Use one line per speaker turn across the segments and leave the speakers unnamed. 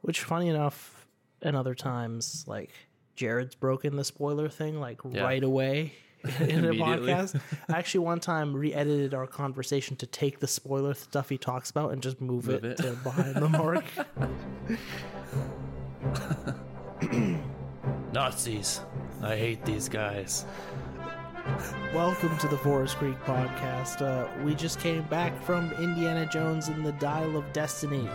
Which, funny enough, and other times, like Jared's broken the spoiler thing like
Yeah.
right away in a
Immediately.
podcast. I actually one time re-edited our conversation to take the spoiler stuff he talks about and just move,
Move
it,
it.
to behind the mark.
Nazis. I hate these guys.
Welcome to the Forest Creek podcast. Uh, we just came back from Indiana Jones and the Dial of Destiny,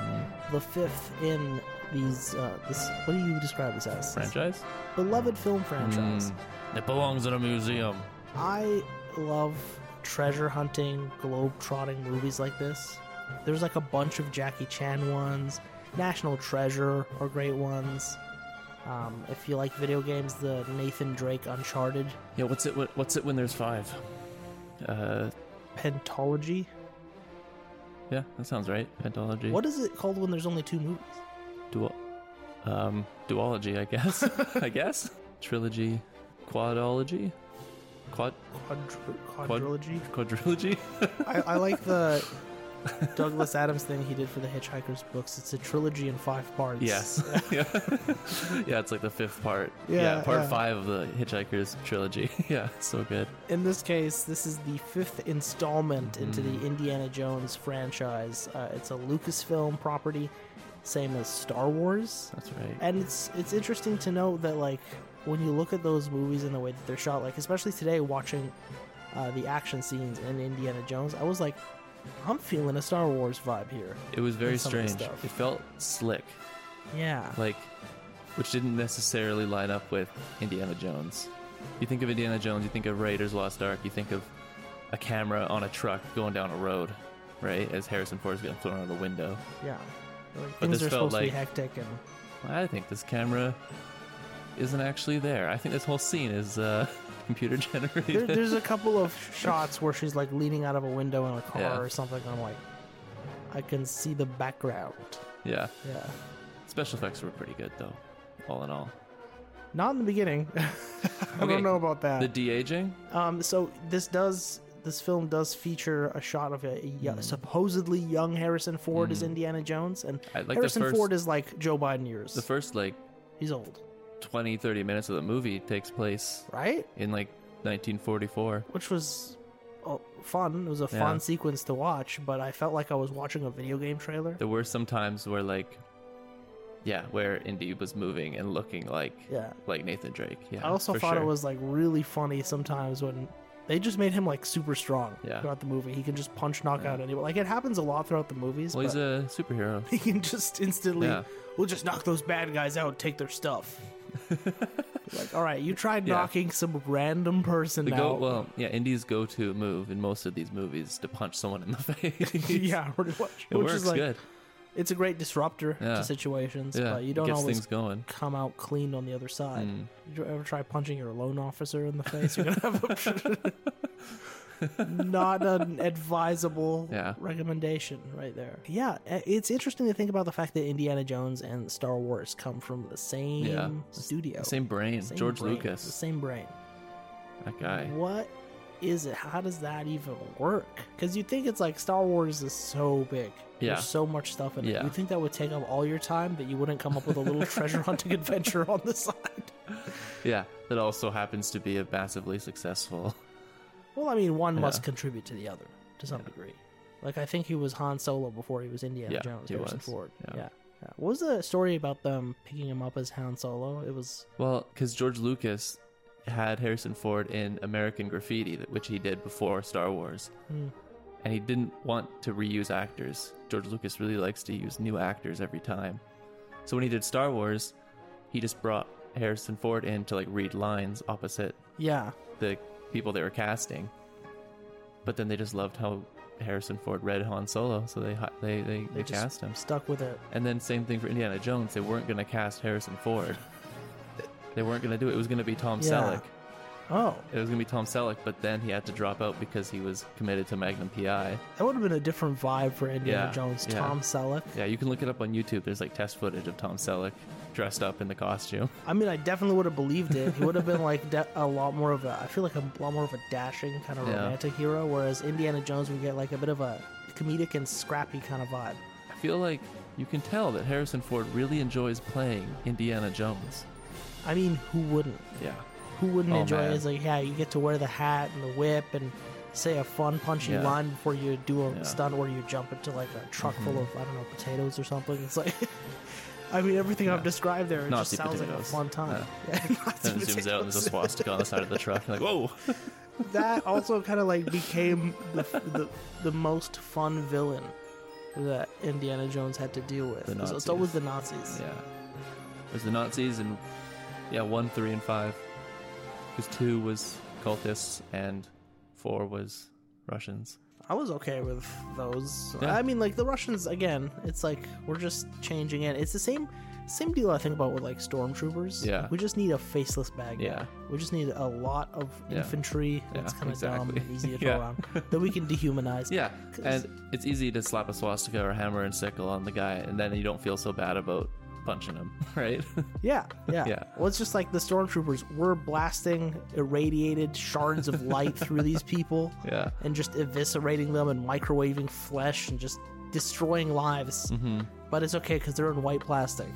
the fifth in these. Uh, this what do you describe this as?
Franchise?
Beloved film franchise.
Hmm. It belongs in a museum.
I love treasure hunting, globe trotting movies like this. There's like a bunch of Jackie Chan ones. National Treasure are great ones. Um, if you like video games, the Nathan Drake Uncharted
Yeah, what's it? What, what's it when there's five? Uh,
pentology.
yeah, that sounds right. Pentology.
What is it called when there's only two movies?
Dual, um, duology, I guess. I guess trilogy, quadology, quad
Quadri-
Quad-
quadrilogy.
quadrilogy.
I, I like the Douglas Adams thing he did for the Hitchhiker's books. It's a trilogy in five parts.
Yes. yeah. yeah, it's like the fifth part.
Yeah,
part
yeah.
five of the Hitchhiker's trilogy. yeah, so good.
In this case, this is the fifth installment into
Mm.
the Indiana Jones franchise. Uh, it's a Lucasfilm property, same as Star Wars.
That's right.
And it's it's interesting to note that like when you look at those movies and the way that they're shot, like especially today watching uh, the action scenes in Indiana Jones, I was like, I'm feeling a Star Wars vibe here.
It was very
and some of the
strange.
stuff.
It felt slick,
Yeah.
like, which didn't necessarily line up with Indiana Jones. You think of Indiana Jones, you think of Raiders Lost Ark, you think of a camera on a truck going down a road, right? As Harrison Ford's getting thrown out of the window.
Yeah. Like,
But
things
this
are
felt
supposed to be
like-
hectic and
I think this camera isn't actually there. I think this whole scene is uh, computer
there,
generated.
there's a couple of shots where she's like leaning out of a window in a car
Yeah.
or something and I'm like I can see the background.
yeah.
Yeah.
Special effects were pretty good, though. All in all,
Not in the beginning. I
Okay.
don't know about that.
the de aging.
Um, so this does this film does feature a shot of a, yo-
Hmm.
supposedly young Harrison Ford as Indiana Jones, and
I like the
Harrison
first-
Ford is like Joe Biden years.
The first like
He's old,
20, 30 minutes of the movie takes place
right?
in like 1944.
Which was uh, fun. It was a
Yeah.
fun sequence to watch, but I felt like I was watching a video game trailer.
There were some times where like, yeah, where Indy was moving and looking like
Yeah.
like Nathan Drake. Yeah,
I also
for
thought it
sure.
was like really funny sometimes when. They just made him like super strong
Yeah.
throughout the movie. He can just punch, knock out anyone. Like it happens a lot throughout the movies.
Well, he's
but-
a superhero.
He can just instantly,
Yeah.
we'll just knock those bad guys out, and take their stuff. like, all right, you tried
Yeah.
knocking some random person
The
out.
go well, yeah. Indy's go-to move in most of these movies is to punch someone in the face.
yeah, which,
it
which
works
is like,
good.
it's a great disruptor
Yeah.
to situations,
Yeah,
but you
it
don't
gets
always
things going.
come out clean on the other side.
Hmm.
Did you ever try punching your loan officer in the face? You're gonna have a not an advisable
Yeah.
recommendation right there. Yeah, i- it's interesting to think about the fact that Indiana Jones and Star Wars come from the same
Yeah.
studio,
Same brain,
Same
George
brain, the
Lucas,
same brain.
that guy.
What is it? How does that even work? Because you think it's like Star Wars is so big.
Yeah.
There's so much stuff in it.
Yeah.
You think that would take up all your time that you wouldn't come up with a little treasure hunting adventure on the side?
Yeah, that also happens to be a massively successful.
Well, I mean, one must
Yeah.
contribute to the other to some degree. Like I think he was Han Solo before he was Indiana
Yeah,
Jones.
he
Harrison
was.
Ford.
Yeah.
yeah. Yeah. What was the story about them picking him up as Han Solo? It was
Well, because George Lucas had Harrison Ford in American Graffiti, that- which he did before Star Wars,
Hmm.
and he didn't want to reuse actors. George Lucas really likes to use new actors every time. So when he did Star Wars, he just brought Harrison Ford in to like read lines opposite
yeah.
the people they were casting. But then they just loved how Harrison Ford read Han Solo, so they hi- they they, they,
They just
cast him.
Stuck with it.
And then same thing for Indiana Jones. They weren't going to cast Harrison Ford. They weren't going to do it. It was going to be Tom
Yeah.
Selleck.
Oh,
It was going to be Tom Selleck, but then he had to drop out because he was committed to Magnum PI.
that would have been a different vibe for Indiana
Yeah,
Jones.
yeah.
Tom Selleck.
Yeah, you can look it up on YouTube. There's like test footage of Tom Selleck dressed up in the costume.
I mean, I definitely would have believed it. He would have been like de- a lot more of a, I feel like a lot more of a dashing kind of
Yeah.
romantic hero, whereas Indiana Jones would get like a bit of a comedic and scrappy kind of vibe.
I feel like You can tell that Harrison Ford really enjoys playing Indiana Jones.
I mean, who wouldn't?
Yeah.
Who wouldn't
Oh,
enjoy
man.
it? It's like, yeah, you get to wear the hat and the whip and say a fun, punchy
Yeah.
line before you do a
Yeah. Mm-hmm.
stunt where you jump into like a truck full of, I don't know, potatoes or something. It's like, I mean, everything I've
Yeah.
described there, it
Nazi
just sounds
potatoes.
like a fun time. Yeah, Nazi
Then it zooms out and there's
potatoes.
a swastika on the side of the truck. You're like, whoa!
that also kind of like became the, the the most fun villain that Indiana Jones had to deal with.
The
It was-
Nazis.
It's always the Nazis.
Yeah. There's the Nazis and yeah, one, three, and five. Because two was cultists and four was Russians.
I was okay with those.
Yeah.
I mean, like the Russians again. It's like we're just changing it. It's the same same deal I think about with like stormtroopers.
Yeah.
we just need a faceless bag. guy.
Yeah.
we just need a lot of
Yeah.
infantry.
Yeah,
That's kind of
exactly.
dumb and easy to throw
Yeah.
around that we can dehumanize.
Yeah,
'Cause-
and it's easy to slap a swastika or hammer and sickle on the guy, and then you don't feel so bad about punching him, right?
Yeah, yeah.
Yeah.
Well, it's just like the stormtroopers. We're blasting irradiated shards of light through these people
yeah.
and just eviscerating them and microwaving flesh and just destroying lives. Mm-hmm. But it's okay because they're in white plastic.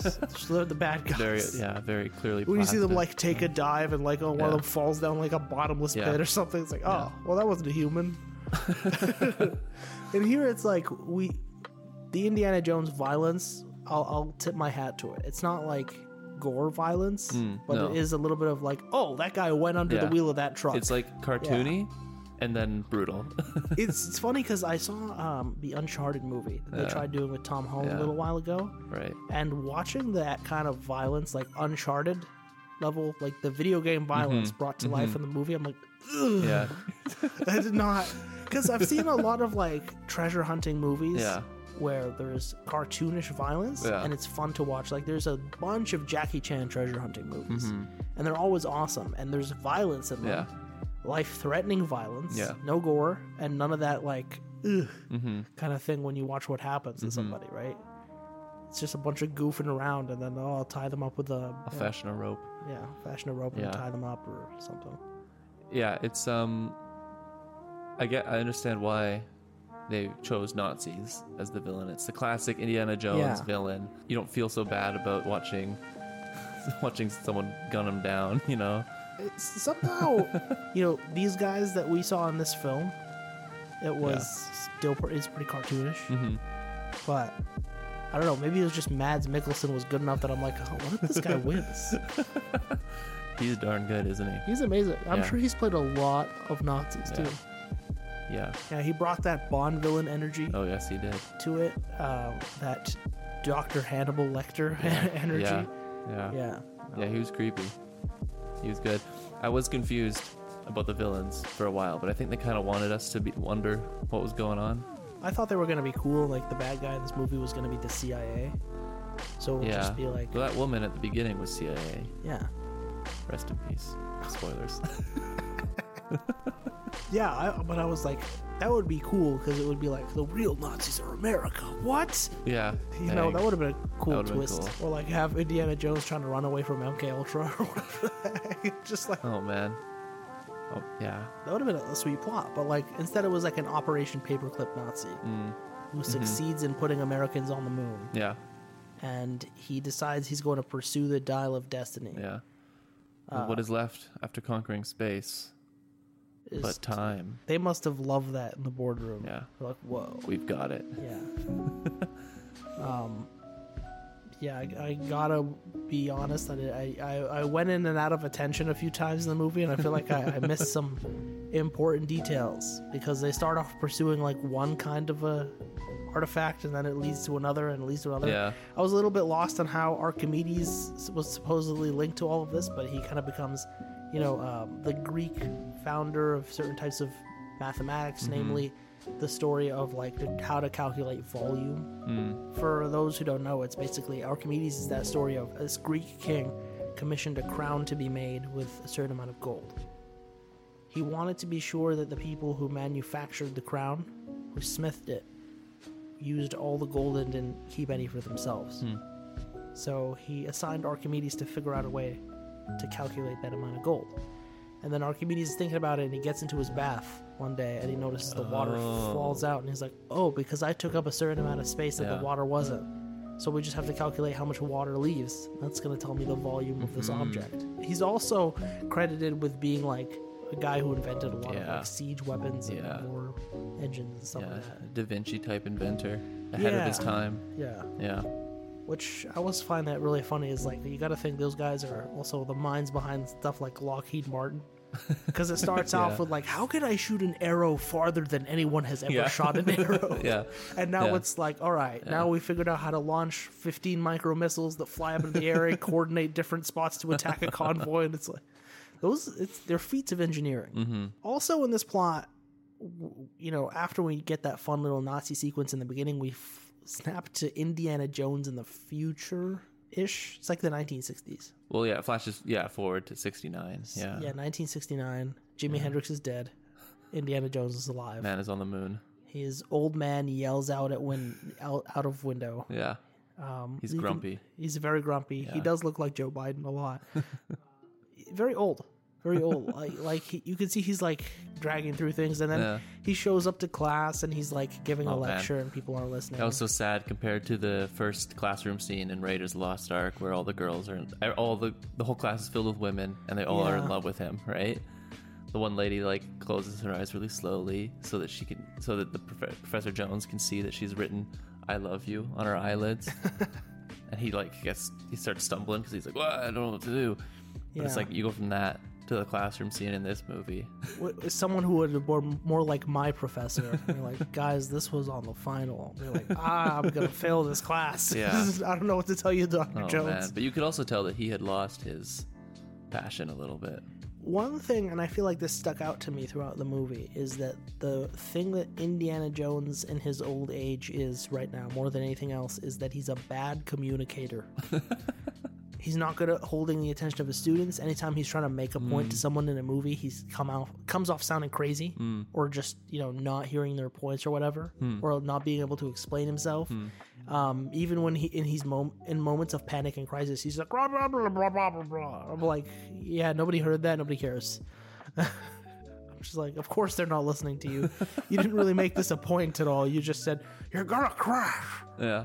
so they're the bad guys.
Very, yeah, very clearly.
When you see them
plastic.
like take a dive and like oh, one of
Yeah.
them falls down like a bottomless
Yeah.
pit or something, it's like oh well that wasn't a human. and here it's like we, the Indiana Jones violence. I'll, I'll tip my hat to it. It's not like gore violence, but
Hmm, no.
it is a little bit of like oh that guy went under the
Yeah.
wheel of that truck.
it's like cartoony, and then brutal.
it's, it's funny because I saw um, the Uncharted movie that they
Yeah.
tried doing with Tom Holland a
Yeah.
little while ago,
right.
and watching that kind of violence, like Uncharted level, like the video game violence brought to life in the movie, I'm like, ugh,
Mm-hmm. Yeah.
I did not. Because I've seen a lot of like treasure hunting movies
Yeah.
where there's cartoonish violence
Yeah.
and it's fun to watch. Like there's a bunch of Jackie Chan treasure hunting movies, and they're always awesome. And there's violence in
Mm-hmm. Yeah.
them, life threatening violence,
Yeah.
no gore, and none of that like ugh
Mm-hmm.
kind of thing when you watch what happens to somebody, right? It's just a bunch of goofing around, and then oh, I'll tie them up with a,
A fashion a rope.
yeah, fashion a rope
Yeah.
and tie them up or something.
Yeah, it's um. I get. I understand why they chose Nazis as the villain. It's the classic Indiana Jones
Yeah.
villain. You don't feel so bad about watching watching someone gun him down. You know.
It's somehow, you know, these guys that we saw in this film, it was still pre- it's pretty cartoonish,
Mhm.
but I don't know. Maybe it was just Mads Mikkelsen was good enough that I'm like, oh, what if this guy wins?
He's darn good, isn't he?
He's amazing. I'm
Yeah.
sure he's played a lot of Nazis
Yeah.
too.
Yeah.
Yeah, he brought that Bond villain energy.
Oh yes, he did.
to it. Um, that Dr. Hannibal Lecter energy.
Yeah.
Yeah.
Yeah. Yeah. He was creepy. He was good. I was confused about the villains for a while, but I think they kind of wanted us to be, wonder what was going on.
I thought they were going to be cool. Like, the bad guy in this movie was going to be the CIA. So it would
yeah.
just be like,
well, that woman at the beginning was CIA.
yeah.
Rest in peace. Spoilers.
Yeah, I, but I was like, that would be cool because it would be like, the real Nazis are America. What?
yeah.
You know,
dang.
that would have been a cool
would've been
twist. Or like have Indiana Jones trying to run away from MK Ultra or whatever. just like,
Oh man. Oh yeah.
that would have been a, sweet plot. But like, instead it was like an Operation Paperclip Nazi
Mm-hmm.
who succeeds in putting Americans on the moon.
Yeah.
and he decides he's going to pursue the dial of destiny.
Yeah. And
Uh,
what is left after conquering space
It's-
but time?
they must have loved that in the boardroom.
Yeah.
They're like, whoa.
We've got it.
Yeah. um, yeah, I, I gotta be honest. I, I, I I went in and out of attention a few times in the movie, and I feel like I, I missed some important details because they start off pursuing like one kind of a artifact, and then it leads to another, and it leads to another.
Yeah.
I was a little bit lost on how Archimedes was supposedly linked to all of this, but he kind of becomes, you know, um, the Greek founder of certain types of mathematics, namely the story of like the, how to calculate volume. For those who don't know, it's basically Archimedes is that story of this Greek king commissioned a crown to be made with a certain amount of gold. He wanted to be sure that the people who manufactured the crown, who smithed it, used all the gold and didn't keep any for themselves. So he assigned Archimedes to figure out a way to calculate that amount of gold. And then Archimedes is thinking about it and he gets into his bath one day and he notices the water
Oh.
falls out and he's like, oh, because I took up a certain amount of space that
Yeah.
the water wasn't. So we just have to calculate how much water leaves. That's going to tell me the volume of
Mm-hmm.
this object. He's also credited with being like a guy who invented a lot of
Yeah.
like siege weapons and
Yeah.
war engines and stuff
Yeah,
like that.
Da Vinci type inventor, ahead of his
Uh, Yeah.
time.
Yeah.
Yeah,
Which I always find that really funny is like you got to think those guys are also the minds behind stuff like Lockheed Martin. Because it starts
Yeah.
off with like, how could I shoot an arrow farther than anyone has ever
Yeah.
shot an arrow?
yeah,
And now
Yeah.
it's like, all right, now we figured out how to launch 15 micro missiles that fly up in the air and coordinate different spots to attack a convoy. And it's like, those, it's they're feats of engineering.
Mm-hmm.
Also, in this plot, w- you know, after we get that fun little Nazi sequence in the beginning, we f- snap to Indiana Jones in the future ish. It's like the 1960s.
Well, yeah, it flashes yeah forward to sixty nine. Yeah.
Yeah, 1969. Jimi Hendrix is dead. Indiana Jones is alive.
man is on the moon.
His old man yells out at win- out, out of window.
Yeah,
Um,
He's
you can-
grumpy.
he's very grumpy. He
Yeah.
does look like Joe Biden a lot. Uh, very old, very old. like, like he, you can see he's like dragging through things, and then
Yeah.
he shows up to class and he's like giving a
Oh, man.
lecture, and people aren't listening.
that was so sad compared to the first classroom scene in Raiders of the Lost Ark, where all the girls are er, all the the whole class is filled with women, and they all are in
Yeah.
love with him, right? The one lady like closes her eyes really slowly so that she can so that the prof- Professor Jones can see that she's written "I love you" on her eyelids, and he like gets he starts stumbling because he's like, "What? I don't know what to do." But
Yeah.
it's like you go from that to the classroom scene in this movie.
W- someone who would have been more like my professor. They're like, guys, this was on the final. They're like, ah, I'm gonna fail this class.
Yeah.
I don't know what to tell you, Doctor
Oh
Jones.
man! But you could also tell that he had lost his passion a little bit.
One thing, and I feel like this stuck out to me throughout the movie, is that the thing that Indiana Jones in his old age is right now, more than anything else, is that he's a bad communicator. he's not good at holding the attention of his students. Anytime he's trying to make a point to someone in a movie, he's come out comes off sounding crazy or just you know not hearing their points or whatever, or not being able to explain himself. Um, even when he in he's mom- in moments of panic and crisis, he's like blah blah blah blah blah blah. blah. I'm like, yeah, nobody heard that. Nobody cares. I'm just like, of course they're not listening to you. You didn't really make this a point at all. You just said you're gonna crash.
Yeah.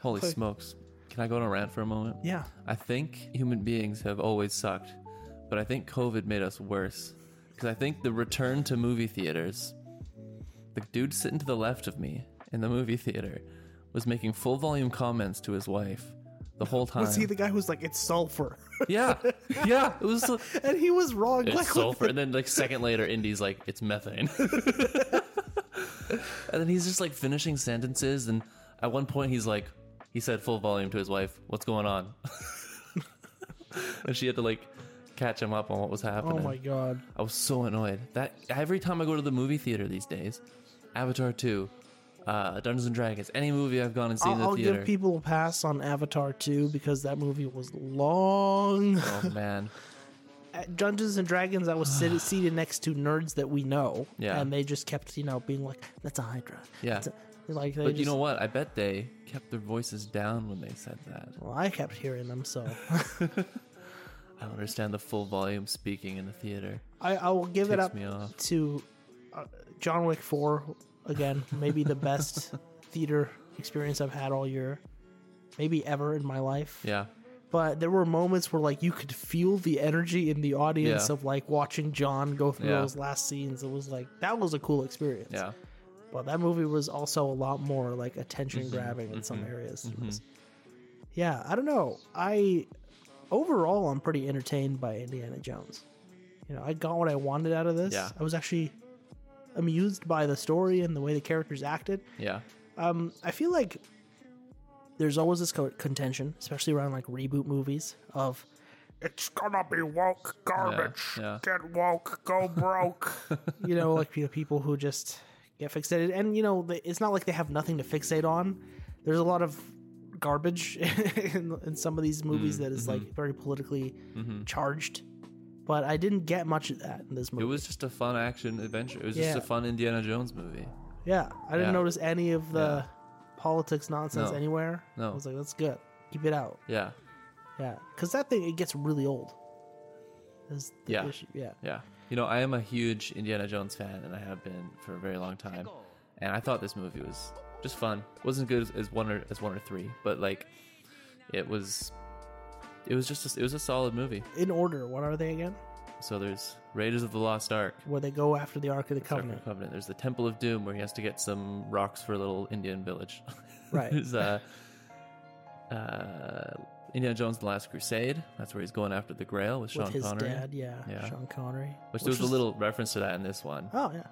Holy smokes! Can I go on a rant for a moment?
Yeah.
I think human beings have always sucked, but I think COVID made us worse. Because I think the return to movie theaters, the dude sitting to the left of me in the movie theater was making full volume comments to his wife the whole time.
Was he the guy who's like, it's sulfur?
yeah, yeah. It was
and he was wrong.
it's
Like,
sulfur. And then like second later, Indy's like, it's methane. and then he's just like finishing sentences, and at one point he's like, he said full volume to his wife, "What's going on?" and she had to like catch him up on what was
oh
happening.
my god.
I was so annoyed that every time I go to the movie theater these days, Avatar two. Uh, Dungeons and Dragons. Any movie I've gone and seen
I'll,
in the
I'll
theater.
give people a pass on Avatar 2 because that movie was long.
oh man,
At Dungeons and Dragons, I was sit- seated next to nerds that we know,
Yeah.
and they just kept, you know, being like, "That's a Hydra."
Yeah.
That's a-" like they
but
just,
you know what? I bet they kept their voices down when they said that.
Well, I kept hearing them, so
I don't understand the full volume speaking in the theater.
I, I will give it
Ticks
up
me off.
to uh, John Wick 4 again. Maybe the best theater experience I've had all year, maybe ever in my life.
Yeah.
but there were moments where like you could feel the energy in the audience
Yeah.
of like watching John go through
Yeah.
those last scenes. It was like that was a cool experience.
Yeah.
But that movie was also a lot more like attention grabbing in
Mm-hmm.
some areas. It was- Yeah, I don't know. I overall I'm pretty entertained by Indiana Jones. You know, I got what I wanted out of this.
Yeah.
I was actually amused by the story and the way the characters acted
Yeah.
um, I feel like there's always this co- contention, especially around like reboot movies, of
It's gonna be woke garbage.
yeah.
Get woke, go broke.
you know like pe- people who just get fixated, and you know they- it's not like they have nothing to fixate on. There's a lot of garbage in, in some of these
Mm,
movies that is
mm-hmm.
like very politically charged, but I didn't get much of that in this
It
movie.
was just a fun action adventure. It was just
Yeah.
a fun Indiana Jones movie.
yeah, I didn't
Yeah.
notice any of the
Yeah.
politics nonsense
No.
anywhere.
No.
I was like, that's good. Keep it out.
Yeah.
Yeah, because that thing it gets really old. Is the
Yeah.
issue. Yeah.
Yeah. You know, I am a huge Indiana Jones fan, and I have been for a very long time. And I thought this movie was just fun. wasn't good as, as one or as one or three, but like, it was. It was just a, it was a solid movie.
In order, what are they again?
So there's Raiders of the Lost Ark,
Where they go after the Ark of the
Ark of the
Covenant.
Covenant. There's the Temple of Doom where he has to get some rocks for a little Indian village.
Right.
there's uh, uh, Indiana Jones: and The Last Crusade. That's where he's going after the Grail with Sean
With his
Connery.
dad, yeah,
Yeah.
Sean Connery.
Which, there was,
was-
a little reference to that in this one.
Oh yeah,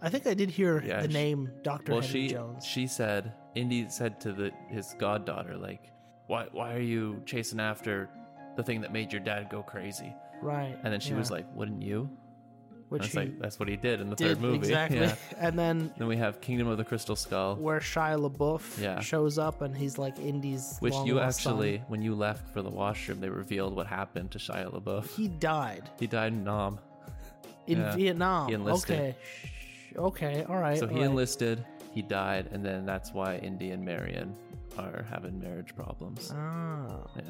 I think I did hear
Yeah,
the
she-
name Doctor
well,
Henry
she
Jones.
she said Indy said to the his goddaughter like, why why are you chasing after the thing that made your dad go crazy?
right,
And then she was
yeah.
like, wouldn't you?
which
and it's
he
like that's what he did in the
did
third movie.
exactly.
Yeah.
And then
Then we have Kingdom of the Crystal Skull,
where Shia LaBeouf
Yeah.
shows up and he's like Indy's
which
long
you
lost son.
actually, when you left for the washroom, they revealed what happened to Shia LaBeouf.
he died
He died in Nam.
in
Yeah.
Vietnam.
He enlisted.
Okay, Shh. okay, all right.
So
all
he
right.
enlisted, he died, and then that's why Indy and Marion are having marriage problems.
Ah.
Yeah.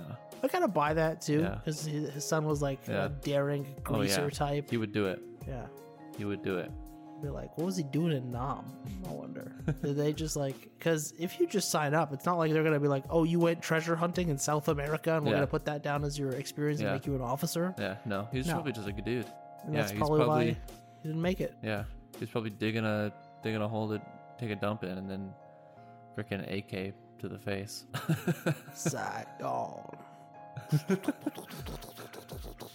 I kind of buy that too
Yeah.
because his son was like
Yeah.
a daring
Oh,
greaser
yeah.
type.
He would do it.
yeah.
He would do it.
Be like, what was he doing in Nam?
Hmm.
I wonder. Did they just like, because if you just sign up, it's not like they're going to be like, oh, you went treasure hunting in South America and we're
Yeah.
going to put that down as your experience and
Yeah.
make you an officer.
Yeah, no. He was
No.
probably just a good dude.
And
yeah,
that's
he's
probably, why he didn't make it.
Yeah. He was probably digging a digging a hole to take a dump in and then freaking AK to the face.
Saigon.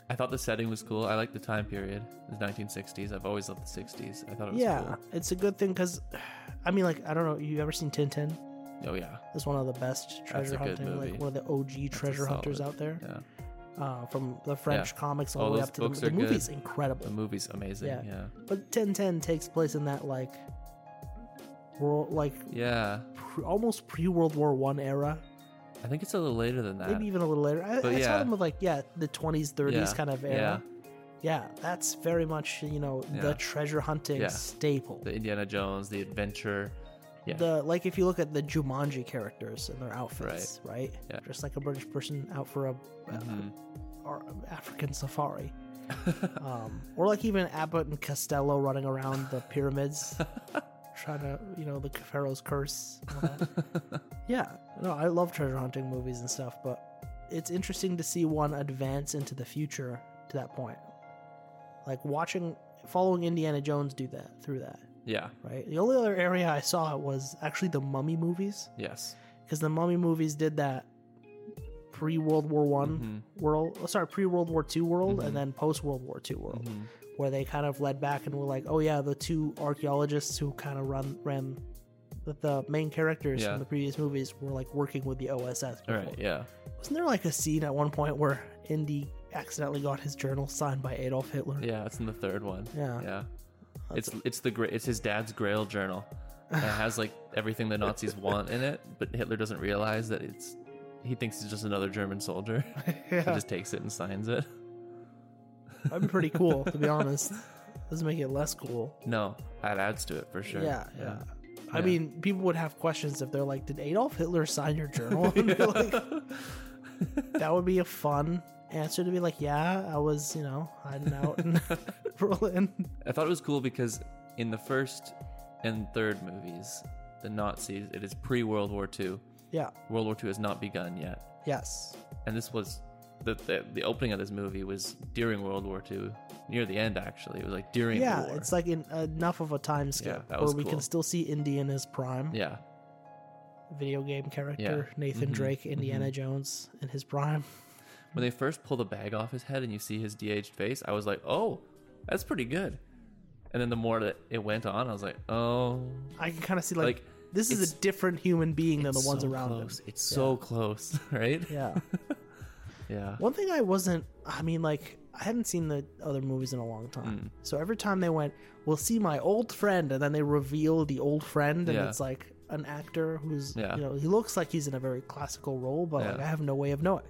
I thought the setting was cool. I liked the time period. The 1960s. I've always loved the 60s. I thought it was
Yeah, it's a good thing because, I mean, like, I don't know, you ever seen Tintin?
cool. Oh yeah.
It's one of the best
That's
treasure
a good
hunting,
movie.
like one of the OG treasure hunters
solid.
out there
Yeah.
uh, from the French comics all
All
the way
those
up to the,
books
the
are good.
movie's incredible.
The movie's amazing.
Yeah.
Yeah.
But 1010 takes place in that, like, world, like,
Yeah.
pre- almost pre World War One era,
I think it's a little later than that.
maybe even a little later. I,
Uh, But
I saw
yeah.
them with like yeah, the twenties, thirties
Yeah,
kind of era. Yeah. that's very much you know the
Yeah.
treasure hunting
Yeah.
staple.
The
The,
Indiana Jones, the adventure. Yeah.
like if you look at the Jumanji characters and their outfits, right?
Yeah. Mm-hmm.
Just like a British person out for a, uh, or African safari. um, or like even Abbott and Costello running around the pyramids, trying to you know the Pharaoh's curse. and all that. yeah, no, I love treasure hunting movies and stuff, but it's interesting to see one advance into the future to that point. Like watching, following Indiana Jones do that through that.
yeah.
Right. The only other area I saw was actually the Mummy movies
Yes.
because the Mummy movies did that pre World War One
Mhm.
world, oh, sorry, pre World War Two world,
Mm-hmm.
and then post World War Two world,
Mhm.
where they kind of led back and were like, oh yeah, the two archaeologists who kind of run ran the, the main characters
Yeah.
from the previous movies were like working with the OSS.
All
Before.
right. Yeah.
Wasn't there like a scene at one point where Indy accidentally got his journal signed by Adolf Hitler?
Yeah. It's in the third one.
Yeah.
Yeah. It's it's the gra- it's his dad's Grail journal. And it has like everything the Nazis want in it, but Hitler doesn't realize that it's he thinks it's just another German soldier.
Yeah.
He just takes it and signs it.
That'd be pretty cool, to be honest. Doesn't make it less cool.
No, that adds to it for sure.
Yeah, yeah. I
Yeah.
mean, people would have questions if they're like, "Did Adolf Hitler sign your journal?" And be like, that would be a fun answer to be like, "Yeah, I was, you know, hiding out in Berlin."
I thought it was cool because in the first and third movies, the Nazis, it is pre World War II.
Yeah.
World War II has not begun yet.
Yes.
And this was the, the, the opening of this movie was during World War II, near the end, actually. It was like during the
Yeah,
war.
it's like in, enough of a time skip
that
where
was
we can
cool.
still see Indy in his prime,
yeah.
video game character
Yeah.
Nathan
Mhm.
Drake, Indiana Jones in his prime.
When they first pull the bag off his head and you see his de-aged face, I was like, oh, that's pretty good. And then the more that it went on, I was like, oh,
I can kind of see like,
Like,
this is
it's-
a different human being than the ones
so
around
close.
him.
It's so close, right?
Yeah.
Yeah.
One thing I wasn't, I mean, like, I hadn't seen the other movies in a long
Mm.
time. So every time they went, we'll see my old friend, and then they reveal the old friend, and
Yeah.
it's like an actor who's,
Yeah.
you know, he looks like he's in a very classical role, but like,
Yeah.
I have no way of knowing.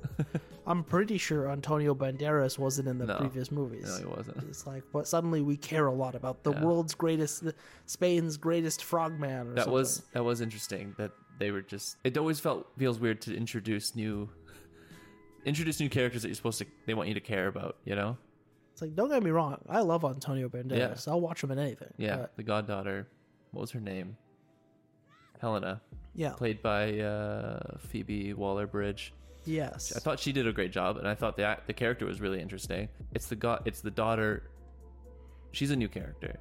I'm pretty sure Antonio Banderas wasn't in the
No.
previous movies.
No, he wasn't.
It's like, but suddenly we care a lot about the world's greatest, Spain's greatest frogman. Or
That
something.
was that was interesting that they were just it always felt feels weird to introduce new introduce new characters that you're supposed to they want you to care about, you know?
It's like don't get me wrong, I love Antonio Banderas. I'll watch him in anything.
Yeah,
but
the goddaughter. What was her name? Helena,
yeah,
played by uh, Phoebe Waller-Bridge.
yes.
I thought she did a great job, and I thought the act- the character was really interesting. It's the go- it's the daughter. She's a new character,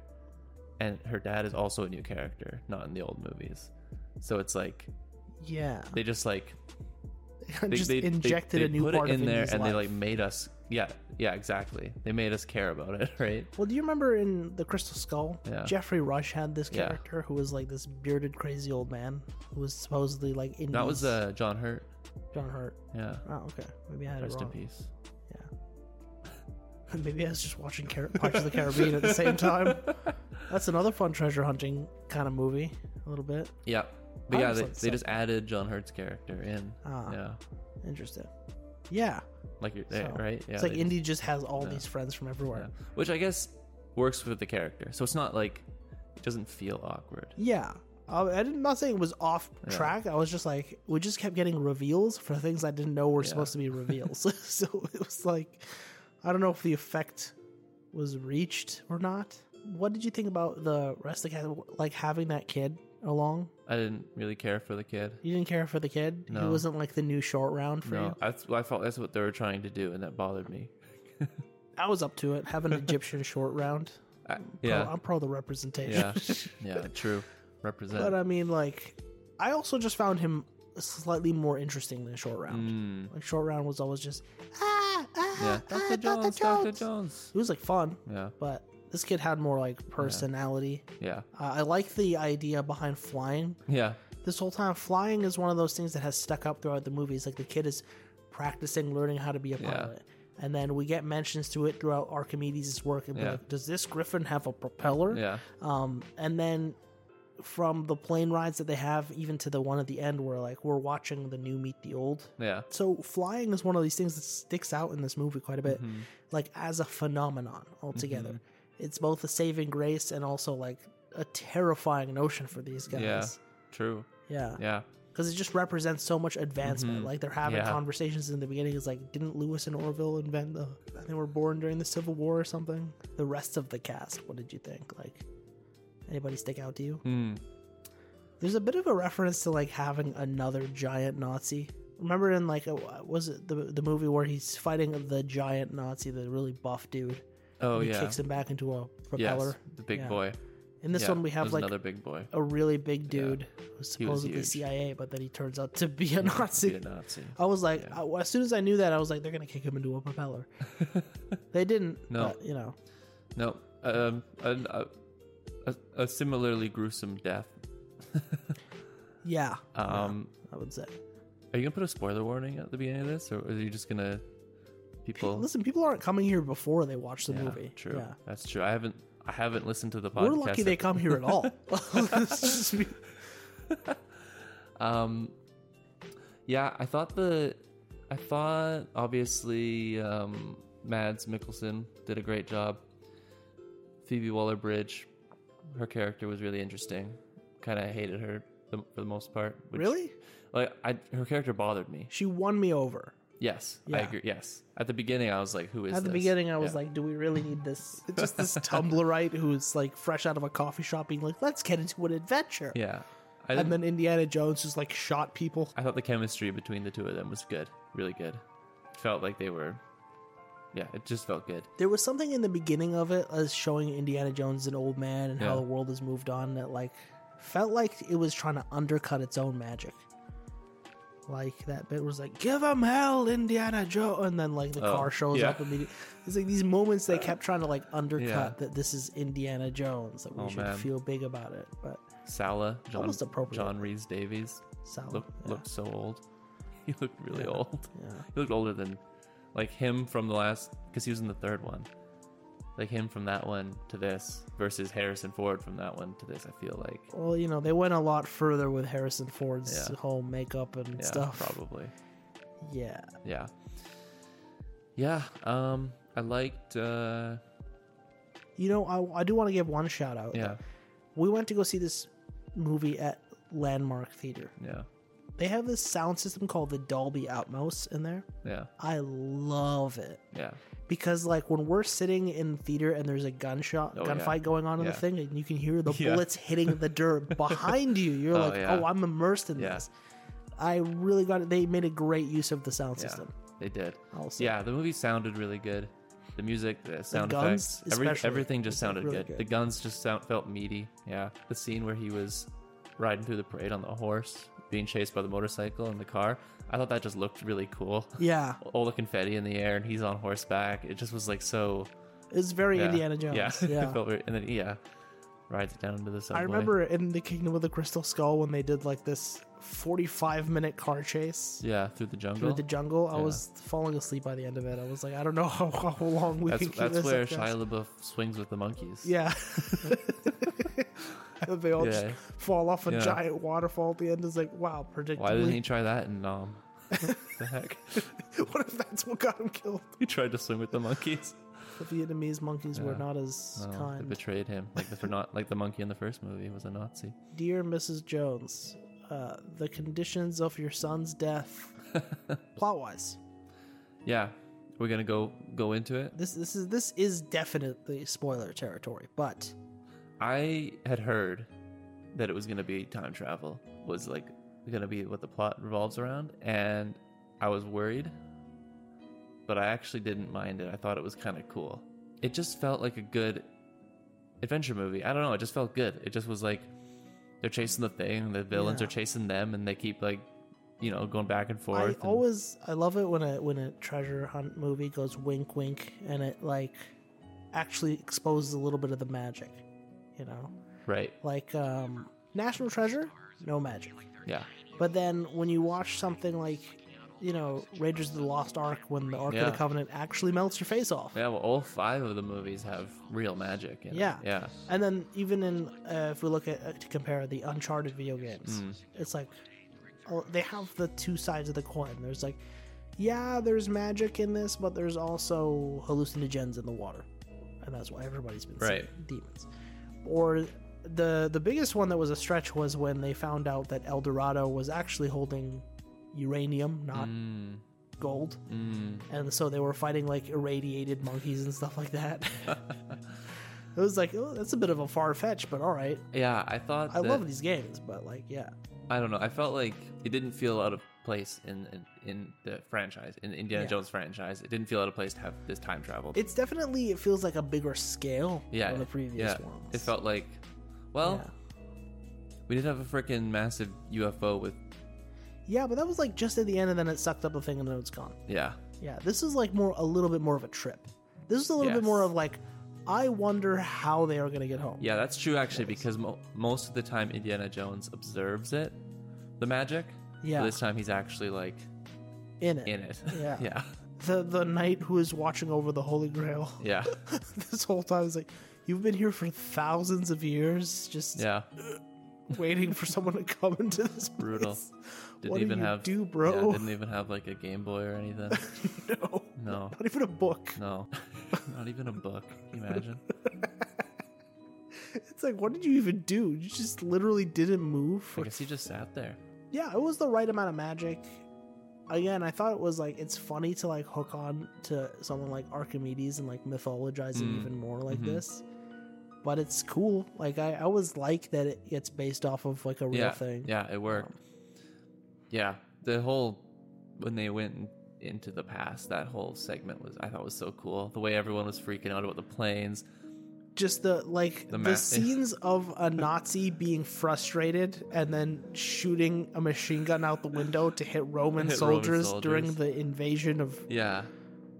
and her dad is also a new character, not in the old movies. So it's like
yeah,
they just like they
just
they- they-
injected
they
a new
put
part
it in
of
there,
Indy's
and they
life.
like made us. Yeah, yeah, exactly. They made us care about it, right?
Well, do you remember in the Crystal Skull,
Yeah.
Jeffrey Rush had this
Yeah.
character who was like this bearded, crazy old man who was supposedly like Indies.
That was uh, John Hurt.
John Hurt.
Yeah,
Oh, okay. Maybe I had it
rest in
wrong.
peace.
Maybe I was just watching Car- Pirates of the Caribbean at the same time. That's another fun treasure hunting kind of movie, a little bit.
Yeah, but
I
yeah,
was
they,
like
they just added John Hurt's character in.
Ah.
Yeah,
Interesting. Yeah.
like you're there,
So,
right? Yeah,
it's like
they-
Indy just has all
yeah.
these friends from
Yeah.
everywhere.
Which I guess works with the character. So it's not like it doesn't feel awkward.
Yeah. Uh, I didn't, not saying it was off
Yeah.
track. I was just like, we just kept getting reveals for things I didn't know were
Yeah.
supposed to be reveals. so it was like, I don't know if the effect was reached or not. What did you think about the rest of the cast, like having that kid along?
I didn't really care for the kid.
You didn't care for the kid. He
No.
wasn't like the new short round for
no,
you.
I, I thought that's what they were trying to do, and that bothered me.
I was up to it. Have an Egyptian short round.
I,
Pro-
yeah,
I'm pro the representation.
yeah, yeah. True. Represent.
But I mean, like, I also just found him slightly more interesting than short round.
Mm,
Like short round was always just ah ah,
yeah,
ah
Doctor Jones, Doctor
Jones."
Jones.
It was like fun,
Yeah,
but this kid had more like personality.
yeah,
Uh, I like the idea behind flying.
yeah,
This whole time, flying is one of those things that has stuck up throughout the movies. Like the kid is practicing learning how to be a
Yeah.
pilot. And then we get mentions to it throughout Archimedes' work. And be
Yeah.
like, does this griffin have a propeller?
yeah,
Um, and then from the plane rides that they have, even to the one at the end where like we're watching the new meet the old.
yeah.
So flying is one of these things that sticks out in this movie quite a bit,
Mhm.
like as a phenomenon altogether. It's both a saving grace and also like a terrifying notion for these guys.
True.
Yeah,
Yeah,
because it just represents so much advancement.
Mhm.
Like they're having
Yeah.
conversations in the beginning. It's like, didn't Lewis and Orville invent the? They were born during the Civil War or something. The rest of the cast, what did you think? Like, anybody stick out to you?
mm,
There's a bit of a reference to like having another giant Nazi. Remember in like a, was it the the movie where he's fighting the giant Nazi, the really buff dude?
oh
he
yeah,
kicks him back into a
yes,
propeller.
the big
Yeah.
boy.
In this
Yeah,
one, we have
there's
like
another big boy.
a really big dude who's
He was
supposedly
huge.
CIA, but then he turns out to be a
Be
Nazi.
a Nazi.
I was like,
Yeah.
I- as soon as I knew that, I was like, they're gonna kick him into a propeller. they didn't.
No.
but, you know.
No, um, an- a, a, a similarly gruesome death.
Yeah,
Um,
I would say.
Are you gonna put a spoiler warning at the beginning of this, or are you just gonna people?
Listen, people aren't coming here before they watch the
Yeah,
movie.
True,
Yeah.
that's true. I haven't, I haven't listened to the podcast.
We're lucky they
yet.
come here at all. It's just be-
Um, yeah, I thought the, I thought obviously um, Mads Mikkelsen did a great job. Phoebe Waller-Bridge, her character was really interesting. Kind of hated her the, for the most part. which-
really?
Like, I, her character bothered me.
She won me over.
Yes,
Yeah.
I agree. Yes, at the beginning I was like, "Who is?"
At the
this?
beginning, I was
Yeah.
like, do we really need this? It's just this Tumblrite who's like fresh out of a coffee shop being like, let's get into an adventure.
"Yeah." I didn't
And then Indiana Jones just like shot people.
I thought the chemistry between the two of them was good, really good. Felt like they were, yeah, it just felt good.
There was something in the beginning of it as showing Indiana Jones as an old man and how
Yeah.
the world has moved on that like felt like it was trying to undercut its own magic. Like that bit was like, "Give him hell, Indiana Jones," and then like the
Oh,
car shows
yeah.
up immediately. It's like these moments they kept trying to like undercut
Yeah.
that this is Indiana Jones that we
Oh,
should
man.
feel big about it. But
Sala, John,
Almost appropriate.
John Reese Davies
Sal,
looked
yeah,
looked so old. He looked really
Yeah.
old.
yeah.
He looked older than, like him from the last, because he was in the third one. Like him from that one to this versus Harrison Ford from that one to this. I feel like
Well, you know they went a lot further with Harrison Ford's
Yeah.
whole makeup and
yeah,
stuff.
probably.
Yeah,
yeah yeah um i liked uh
you know I, I do want to give one shout out.
yeah
we went to go see this movie at Landmark Theater.
yeah
They have this sound system called the Dolby Atmos in there.
yeah
I love it.
yeah
because like when we're sitting in theater and there's a gunshot
Oh, yeah.
gunfight going on in
Yeah.
the thing and you can hear the
Yeah.
bullets hitting the dirt behind you you're
Oh,
like
yeah.
oh i'm immersed in
Yeah.
this i really got it they made a great use of the sound
Yeah.
system
They did.
I'll say.
Yeah, the movie sounded really good. The music, the sound
guns
effects, every,
especially
everything just
sound
sounded
really
good.
good.
The guns just sound felt meaty. Yeah, the scene where he was riding through the parade on the horse, being chased by the motorcycle and the car. I thought that just looked really cool.
yeah
All the confetti in the air, and he's on horseback. It just was like so.
it's very
yeah.
indiana jones
Yeah,
yeah,
It felt very- and then yeah, rides it down into the subway.
i remember in the kingdom of the crystal skull when they did like this 45 minute car chase
Yeah, through the jungle.
Through the jungle, I
Yeah.
was falling asleep by the end of it. I was like, I don't know how, how long we
that's
can keep
that's
this.
where
up, guys.
Shia LaBeouf swings with the monkeys.
Yeah. and they all just
Yeah.
fall off a
Yeah.
giant waterfall at the end. It's like, wow, predictably.
Why didn't he try that in um? the heck?
what if that's what got him killed?
He tried to swing with the monkeys.
The Vietnamese monkeys were
Yeah.
not as
No,
kind.
They betrayed him, like the not like the monkey in the first movie was a Nazi.
Dear Mrs. Jones, uh, the conditions of your son's death, plot wise,
Yeah, we're gonna go go into it.
this this is this is definitely spoiler territory. But
I had heard that it was gonna be time travel was like gonna be what the plot revolves around, and I was worried, but I actually didn't mind it. I thought it was kind of cool. It just felt like a good adventure movie. I don't know. It just felt good. It just was like they're chasing the thing, the villains
Yeah.
are chasing them, and they keep like you know going back and forth.
I
and-
always I love it when a when a treasure hunt movie goes wink wink and it like actually exposes a little bit of the magic, you know.
right.
like um, National Treasure, no magic.
Yeah.
But then when you watch something like, you know, Raiders of the Lost Ark, when the Ark of
Yeah.
the Covenant actually melts your face off,
Yeah, well, all five of the movies have real magic. In it.
Yeah.
yeah,
and then even in uh, if we look at uh, to compare the Uncharted video games, it's like oh, they have the two sides of the coin. There's like, yeah, there's magic in this, but there's also hallucinogens in the water, and that's why everybody's been
Right.
seeing demons. Or the the biggest one that was a stretch was when they found out that El Dorado was actually holding uranium, not
Mm,
gold,
mm.
and so they were fighting like irradiated monkeys and stuff like that. it was like oh, that's a bit of a far fetch, but all right.
yeah. I thought
I
that-
love these games, but like, yeah,
I don't know. I felt like it didn't feel out of place in in, in the franchise, in the Indiana
Yeah.
Jones franchise. It didn't feel out of place to have this time travel.
it's definitely it feels like a bigger scale
yeah,
than the previous
yeah.
ones.
It felt like, well,
yeah.
we did have a freaking massive UFO with
Yeah, but that was like just at the end, and then it sucked up the thing, and then it's gone.
yeah,
Yeah, this is like more a little bit more of a trip. This is a little
Yes.
bit more of like, I wonder how they are going to get home.
yeah. That's true actually because mo- most of the time Indiana Jones observes it, the magic.
Yeah.
But this time he's actually like
in it.
in it.
Yeah.
yeah.
The the knight who is watching over the Holy Grail
Yeah.
this whole time is like, you've been here for thousands of years, just
Yeah.
waiting for someone to come into this
Brutal.
place."
Didn't
What do
even
you
have
do,
yeah,
bro?
didn't even have like a Game Boy or anything.
No,
No,
not even a book.
no, not even a book. Can you imagine?
It's like, what did you even do? You just literally didn't move.
I
For...
guess he just sat there.
Yeah, it was the right amount of magic. Again, I thought it was like it's funny to like hook on to someone like Archimedes and like mythologize him
Mm.
even more like
Mhm.
this. But it's cool. Like I, I always like that it, it's based off of like a real
yeah,
thing.
yeah, it worked. Yeah, the whole when they went in- into the past, that whole segment was I thought was so cool. The way everyone was freaking out about the planes.
Just the like
The
the,
ma-
scenes of a Nazi being frustrated and then shooting a machine gun out the window to hit Roman,
Hit Roman
soldiers, during
soldiers.
the invasion of
Yeah,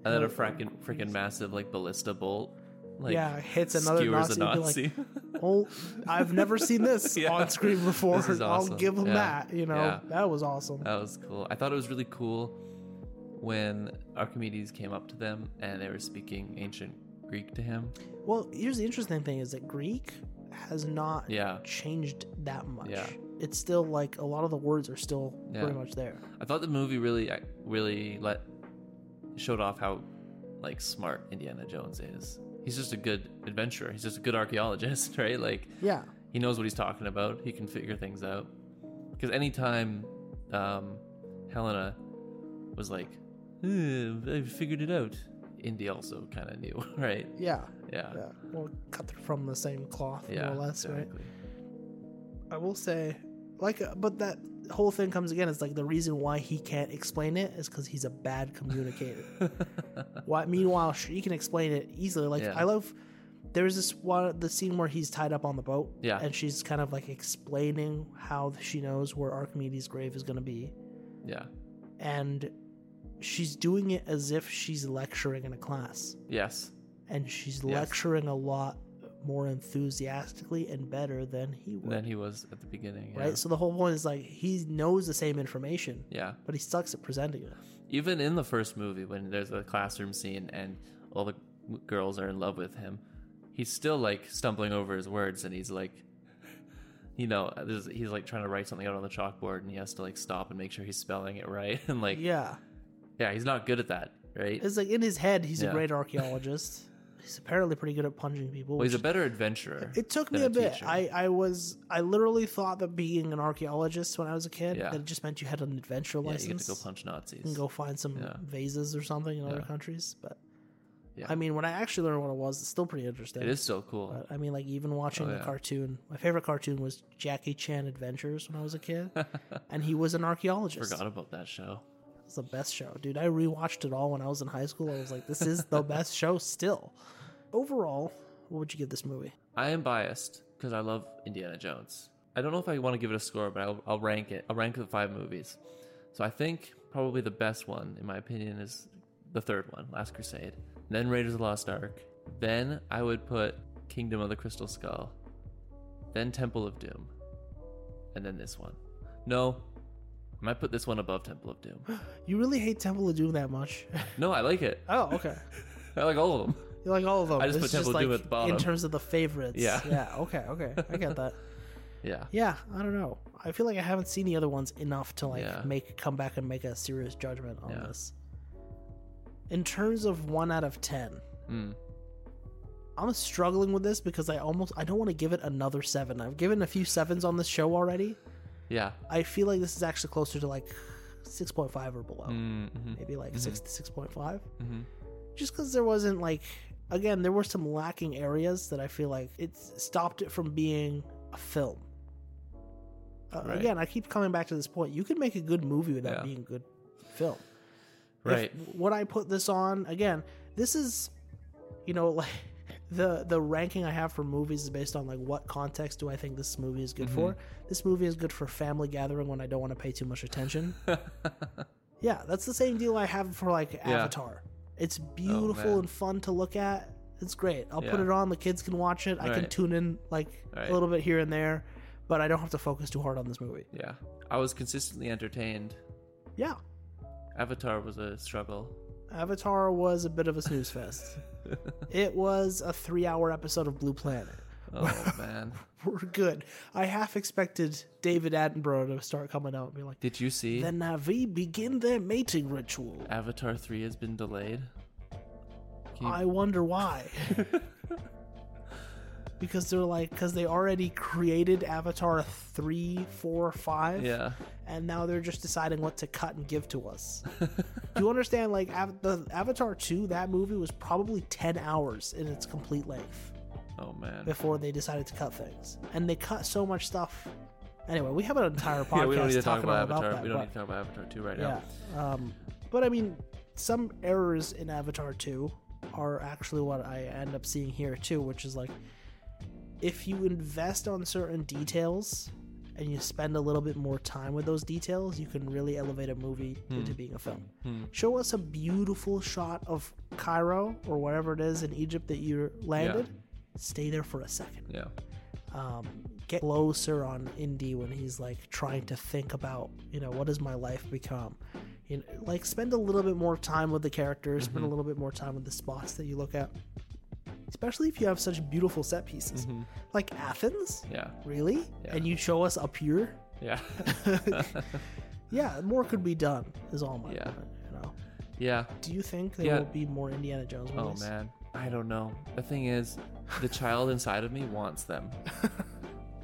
and then a
Oh,
freaking freaking massive like ballista bolt. Like,
yeah hits another
skewers
Nazi.
a
and be like,
Nazi.
Oh, I've never seen this
Yeah.
on screen before.
This is awesome.
I'll give him
Yeah.
that. You know,
Yeah. Uh,
that was awesome.
That was cool. I thought it was really cool when Archimedes came up to them and they were speaking ancient Greek to him.
Well, here's the interesting thing: is that Greek has not
Yeah.
changed that much.
Yeah.
It's still like a lot of the words are still
Yeah.
pretty much there.
I thought the movie really uh, really let showed off how like smart Indiana Jones is. He's just a good adventurer. He's just a good archaeologist, right? Like
Yeah,
he knows what he's talking about. He can figure things out. Because anytime um, Helena was like, "Eh, I "Hmm, figured it out, Indy also kind of knew, right?
Yeah,
Yeah.
yeah. Well, cut from the same cloth,
Uh, Yeah.
more or less, right?
exactly.
I will say, like, uh, but that whole thing comes again. It's like the reason why he can't explain it is because he's a bad communicator. why? Meanwhile, she can explain it easily. Like,
Yeah.
I love. There's this one, the scene where he's tied up on the boat,
Yeah.
and she's kind of like explaining how she knows where Archimedes' grave is going to be,
Yeah.
and she's doing it as if she's lecturing in a class,
Yes.
and she's
Yes.
lecturing a lot more enthusiastically and better than he would
Than he was at the beginning. Yeah.
right? So the whole point is like he knows the same information,
yeah.
but he sucks at presenting it.
Even in the first movie, when there's a classroom scene and all the w- girls are in love with him, he's still like stumbling over his words and he's like, you know, there's, he's like trying to write something out on the chalkboard and he has to like stop and make sure he's spelling it right. And like, yeah,
Yeah,
he's not good at that, right?
it's like in his head he's
Yeah.
a great archaeologist. he's apparently pretty good at punching people.
well, he's a
which-
better adventurer.
it took
than
me a bit.
teacher.
I, I was I literally thought that being an archaeologist when I was a kid
Yeah.
that it just meant you had an adventure
yeah,
license.
you get to go punch Nazis.
and go find some
Yeah.
vases or something in other
Yeah.
countries. But
Yeah.
I mean, when I actually learned what it was, it's still pretty interesting.
It is still cool.
But I mean, like even watching
Oh,
the
yeah.
cartoon, my favorite cartoon was Jackie Chan Adventures when I was a kid, and he was an archaeologist.
Forgot about that show.
It's the best show, dude. I rewatched it all when I was in high school. I was like, this is the best show still. Overall, what would you give this movie?
I am biased because I love Indiana Jones. I don't know if I want to give it a score, but I'll, I'll rank it. I'll rank the five movies. So I think probably the best one, in my opinion, is the third one, Last Crusade. Then Raiders of the Lost Ark. Then I would put Kingdom of the Crystal Skull. Then Temple of Doom. And then this one. No, I might put this one above Temple of Doom.
You really hate Temple of Doom that much?
No, I like it.
oh, okay.
I like all of them.
You like all of them.
I just
It's
put Temple of Doom
like
at the bottom.
in terms of the favorites.
Yeah.
Yeah. Okay. Okay. I get that.
Yeah.
Yeah. I don't know. I feel like I haven't seen the other ones enough to like
Yeah.
make come back and make a serious judgment on
Yeah.
this. In terms of one out of ten,
Mm.
I'm struggling with this because I almost I don't want to give it another seven. I've given a few sevens on this show already.
Yeah.
I feel like this is actually closer to like six point five or below,
Mm-hmm.
maybe like six to six point five.
Mm-hmm.
Just because there wasn't like again there were some lacking areas that I feel like it stopped it from being a film. Uh,
Right.
Again, I keep coming back to this point. You could make a good movie without
Yeah.
being a good film. If-
Right.
would I put this on again? This is, you know, like the the ranking I have for movies is based on like what context do I think this movie is good for?
Mm-hmm.
This movie is good for family gathering when I don't want to pay too much attention. yeah, that's the same deal I have for like Avatar. It's beautiful
Oh, man.
and fun to look at. It's great. I'll put
Yeah.
it on. The kids can watch it. I can
Right.
tune in like
Right.
a little bit here and there, but I don't have to focus too hard on this movie.
Yeah. I was consistently entertained.
Yeah,
Avatar was a struggle.
Avatar was a bit of a snooze fest. it was a three hour episode of Blue Planet.
Oh man.
We're good. I half expected David Attenborough to start coming out and be like,
Did you see
The Navi begin their mating ritual.
Avatar 3 has been delayed? Can you-
I wonder why. because they're like, because they already created Avatar 3, 4, 5.
yeah.
and now they're just deciding what to cut and give to us. Do you understand? Like Av- the Avatar two, that movie was probably ten hours in its complete length
Oh man.
before they decided to cut things, and they cut so much stuff. Anyway, we have an entire podcast
yeah, we don't need to talk
talking
about
all
Avatar.
about that.
we don't need
but,
to talk about Avatar 2 right now.
yeah, um, but I mean, some errors in Avatar two are actually what I end up seeing here too, which is like if you invest on certain details and you spend a little bit more time with those details, you can really elevate a movie into
Hmm.
being a film. Show us a beautiful shot of Cairo or whatever it is in Egypt that you landed. Stay there for a second.
Yeah.
Um, get closer on Indy when he's like trying to think about, you know, what does my life become? You know, like spend a little bit more time with the characters, spend
Mm-hmm.
a little bit more time with the spots that you look at. Especially if you have such beautiful set pieces. Like Athens,
Yeah.
Really?
Mm-hmm. Yeah.
And you show us up here?
Yeah.
Yeah, more could be done. Is all my
Yeah.
point. You know.
yeah.
Do you think there
Yeah.
will be more Indiana Jones
Oh
movies?
man. I don't know. The thing is, the child inside of me wants them.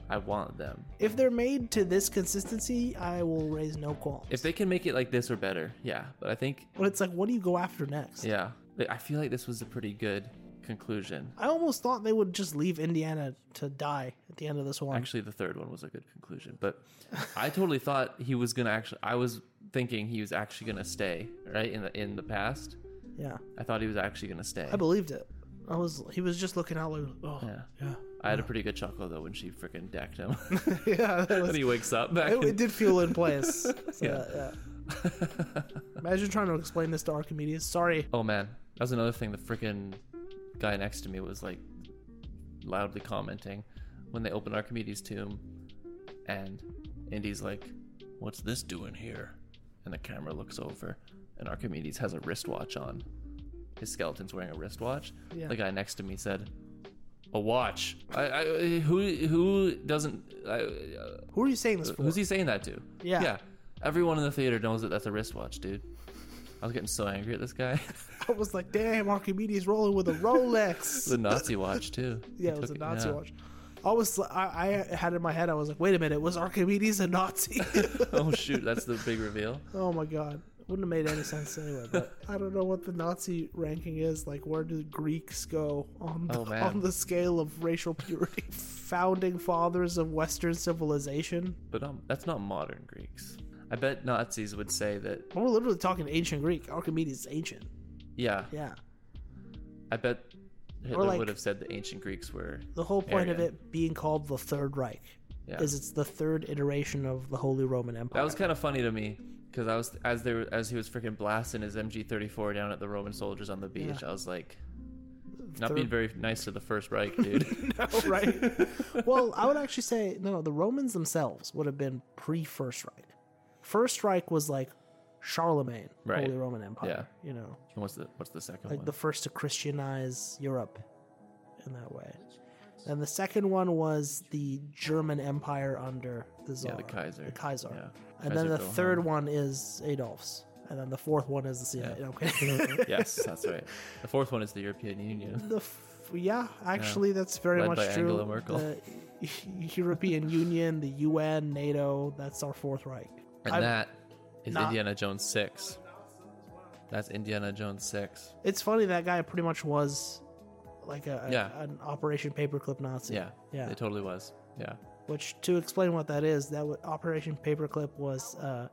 I want them.
If they're made to this consistency, I will raise no qualms.
If they can make it like this or better, yeah. But I think
but it's like, what do you go after next?
yeah. I feel like this was a pretty good conclusion.
I almost thought they would just leave Indiana to die at the end of this one.
Actually, the third one was a good conclusion, but I totally thought he was gonna actually. I was thinking he was actually gonna stay right in the in the past.
yeah,
I thought he was actually gonna stay.
I believed it. I was. He was just looking out like, oh
Yeah.
yeah,
I had a pretty good chuckle though when she freaking decked him.
yeah. that was,
and he wakes up back.
it, it
in-
did feel in place. So,
Yeah.
yeah. Imagine trying to explain this to Archimedes. Sorry.
oh man, that was another thing. The freaking guy next to me was like loudly commenting when they opened Archimedes' tomb, and Indy's like, "What's this doing here?" And the camera looks over, and Archimedes has a wristwatch on. His skeleton's wearing a wristwatch.
Yeah.
The guy next to me said. A watch. I, I who who doesn't I,
Who are you saying this for?
Who's he saying that to?
Yeah.
Yeah. Everyone in the theater knows that that's a wristwatch, dude. I was getting so angry at this guy.
I was like, damn, Archimedes rolling with a Rolex.
the Nazi watch too. He
yeah, it was a
took
Nazi
yeah.
watch. I was, I, I had in my head, I was like, wait a minute, was Archimedes a Nazi?
oh shoot, that's the big reveal.
oh my god, wouldn't have made any sense anyway. But I don't know what the Nazi ranking is. Like, where do Greeks go on the,
Oh, man.
on the scale of racial purity? Founding fathers of Western civilization.
But um, that's not modern Greeks. I bet Nazis would say that.
We're literally talking ancient Greek. Archimedes is ancient.
Yeah,
Yeah.
I bet Hitler
like-
would have said the ancient Greeks were.
The whole point of
Aryan.
it being called the Third Reich
Yeah.
is it's the third iteration of the Holy Roman Empire.
That was kind of funny to me because I was as they were, as he was freaking blasting his MG34 down at the Roman soldiers on the beach. I was like, not
Third-
being very nice to the First Reich, dude.
Oh, right? well, I would actually say no. The Romans themselves would have been pre First Reich. First Reich was like Charlemagne,
Right.
Holy Roman Empire. You know,
what's the what's the second
like
one?
the first to Christianize Europe in that way. And the second one was the German Empire under the Tsar,
Yeah, the Kaiser.
the Kaiser.
Yeah.
And
Kaiser
then the
Wilhelm.
third one is Adolf's. And then the fourth one is the CIA.
Yeah.
Okay.
yes, that's right. The fourth one is the European Union.
The f- yeah, actually, that's very
Led
much
by
true.
Angela Merkel.
The European Union, the UN, NATO, that's our Fourth Reich.
And
I-
that is
not-
Indiana Jones 6. That's Indiana Jones 6.
It's funny that guy pretty much was like a, a-
Yeah.
an Operation Paperclip Nazi.
Yeah.
yeah.
It totally was. Yeah.
Which to explain what that is, that what Operation Paperclip was uh,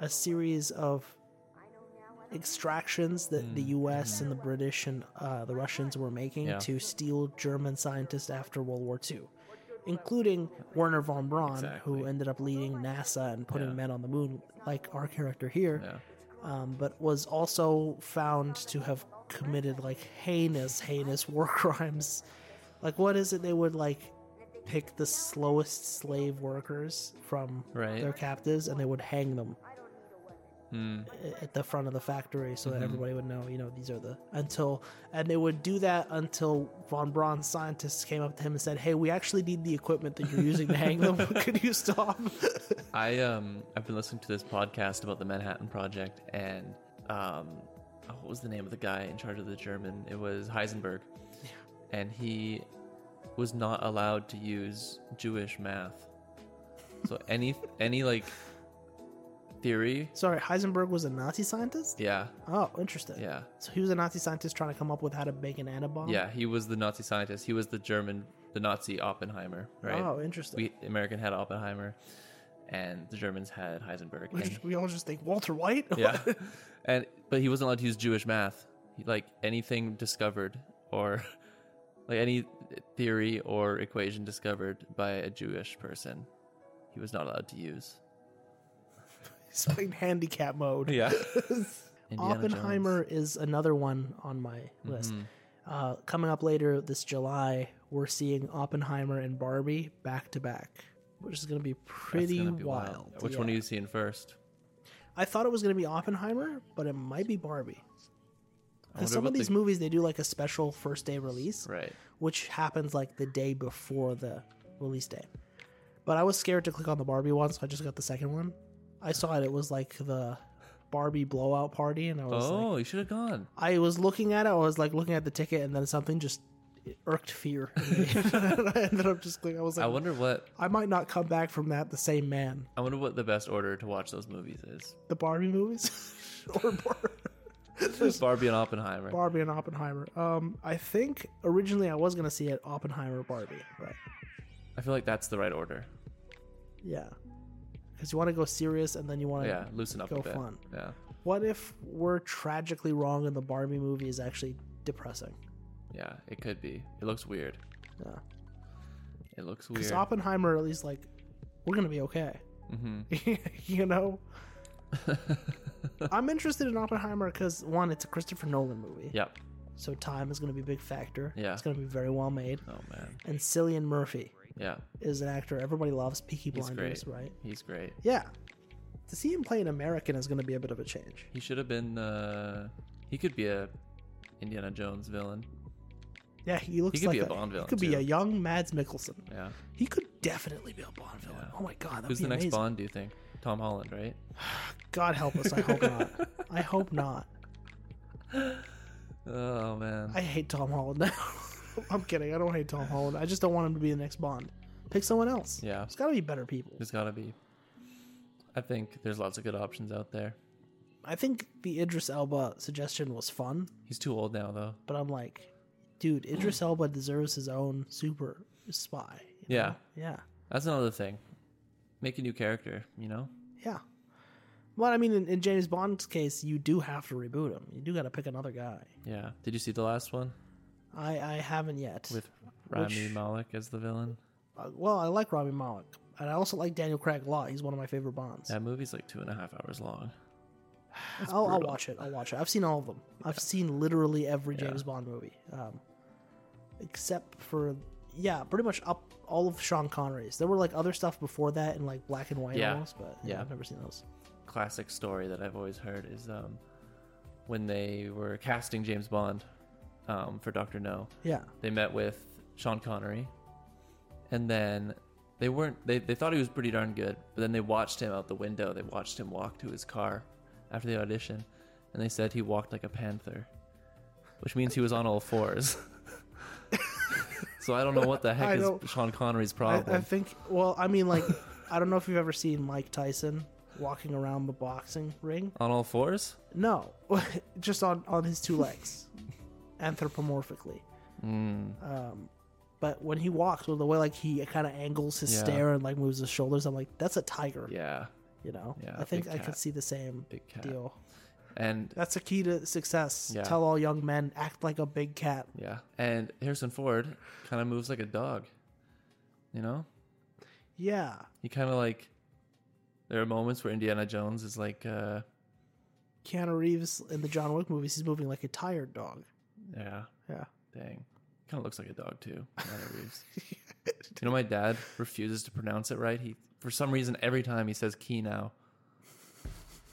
a series of extractions that the U.S. and the British and uh, the Russians were making
Mm, mm-hmm. Yeah.
to steal German scientists after World War II, including Werner von Braun, who
Exactly.
ended up leading NASA and putting
Yeah.
men on the moon, like our character here,
Yeah.
um, but was also found to have committed like heinous, heinous war crimes. Like, what is it they would like? Pick the slowest slave workers from
Right.
their captives, and they would hang them
Mm.
at the front of the factory so
Mm-hmm.
that everybody would know, you know, these are the until and they would do that until von Braun's scientists came up to him and said, "Hey, we actually need the equipment that you're using to hang them. Could you stop?"
I um I've been listening to this podcast about the Manhattan Project and um oh, what was the name of the guy in charge of the German? It was Heisenberg. And he was not allowed to use Jewish math. So any any like theory,
Sorry, Heisenberg was a Nazi scientist?
yeah,
Oh, interesting.
yeah.
So he was a Nazi scientist trying to come up with how to make an antibomb.
Yeah, he was the Nazi scientist. He was the German, the Nazi Oppenheimer, right?
Oh, interesting.
We American had Oppenheimer, and the Germans had Heisenberg.
We,
And,
just- we all just think Walter White.
yeah, and but he wasn't allowed to use Jewish math. He- like anything discovered or like any theory or equation discovered by a Jewish person, he was not allowed to use.
He's playing handicap mode.
Yeah, Indiana
Oppenheimer
Jones.
is another one on my list.
Mm-hmm.
Uh, coming up later this July, we're seeing Oppenheimer and Barbie back to back, which is going to be
That's
pretty
gonna
wild.
be Which one are
yeah.
you seeing first?
I thought it was going to be Oppenheimer, but it might be Barbie.
I
Because
wonder
some of
about the-
these movies, they do like a special first day release,
Right.
which happens like the day before the release day. But I was scared to click on the Barbie one, so I just got the second one. I saw it; it was like the Barbie blowout party, and I was like,
Oh, you should have gone.
I was looking at it. I was like looking at the ticket, and then something just it irked fear. in me. and I ended up just clicking. I was like,
I
I
wonder what
might not come back from that the same man.
I wonder what the best order to watch those movies is.
The Barbie movies or Bar-
Barbie and Oppenheimer.
Barbie and Oppenheimer. Um, I think originally I was gonna see it Oppenheimer Barbie, but
I feel like that's the right order.
yeah, because you want to go serious and then you want to.
Yeah, loosen up
Go
a bit.
fun.
Yeah,
What if we're tragically wrong and the Barbie movie is actually depressing?
yeah, it could be. It looks weird.
Yeah.
It looks
Because
weird.
Oppenheimer at least like we're gonna be okay.
mm-hmm.
you know, I'm interested in Oppenheimer because one, it's a Christopher Nolan movie,
Yep.
so time is gonna be a big factor.
Yeah.
it's gonna be very well made.
Oh man.
And Cillian Murphy
Yeah,
is an actor everybody loves. Peaky
he's
Blinders,
great.
right?
He's great.
Yeah. To see him play an American is going to be a bit of a change.
He should have been. uh He could be a Indiana Jones villain.
Yeah, he looks
He could
like
be a Bond villain,
He could be
too.
a young Mads Mikkelsen.
Yeah.
He could definitely be a Bond villain. Oh my god, that'd
Who's
be
the next
amazing.
Bond? Do you think? Tom Holland, right?
God help us. I hope not. I hope not.
Oh man.
I hate Tom Holland now. I'm kidding. I don't hate Tom Holland. I just don't want him to be the next Bond. Pick someone else.
Yeah.
There's got to be better people.
There's gotta be. I think there's lots of good options out there.
I think the Idris Elba suggestion was fun,
He's too old now, though.
but I'm like, dude, Idris Elba deserves his own super spy. you
Yeah.
know? Yeah.
That's another thing. Make a new character, you know?
Yeah. But I mean, in, in James Bond's case, you do have to reboot him. You do got to pick another guy.
Yeah. Did you see the last one
I, I haven't yet.
with Rami
Which-
Malek as the villain?
Uh, well, I like Rami Malek, and I also like Daniel Craig a lot. He's one of my favorite Bonds.
That movie's like two and a half hours long.
I'll, I'll watch it. I'll watch it. I've seen all of them. I've seen literally every
Yeah.
James Bond movie, um, except for yeah, pretty much up all of Sean Connery's. There were like other stuff before that in like black and white
Yeah.
almost, but yeah,
Yeah.
I've never seen those.
Classic story that I've always heard is um, when they were casting James Bond um, for Doctor No,
Yeah,
they met with Sean Connery, and then they weren't. They, they thought he was pretty darn good, but then they watched him out the window. They watched him walk to his car after the audition, and they said he walked like a panther, which means he was on all fours. so I don't know what the
I
heck is
don't-
Sean Connery's
I,
problem.
I think. Well, I mean, like I don't know if you've ever seen Mike Tyson walking around the boxing ring.
on all fours?
No, just on on his two legs, anthropomorphically.
Mm.
Um, but when he walks, well, the way like he kind of angles his
Yeah.
stare and like moves his shoulders, I'm like, that's a tiger.
Yeah,
You know,
Yeah,
I think
big
I could
cat.
see the same
big cat.
deal.
And
That's the key to success.
Yeah.
Tell all young men act like a big cat.
yeah, and Harrison Ford kind of moves like a dog. You know,
Yeah,
he kind of like. There are moments where Indiana Jones is like. uh
Keanu Reeves in the John Wick movies, he's moving like a tired dog.
Yeah,
Yeah,
dang. Kind of looks like a dog too. Keanu Reeves. you know, my dad refuses to pronounce it right. He, for some reason, every time he says "key" now,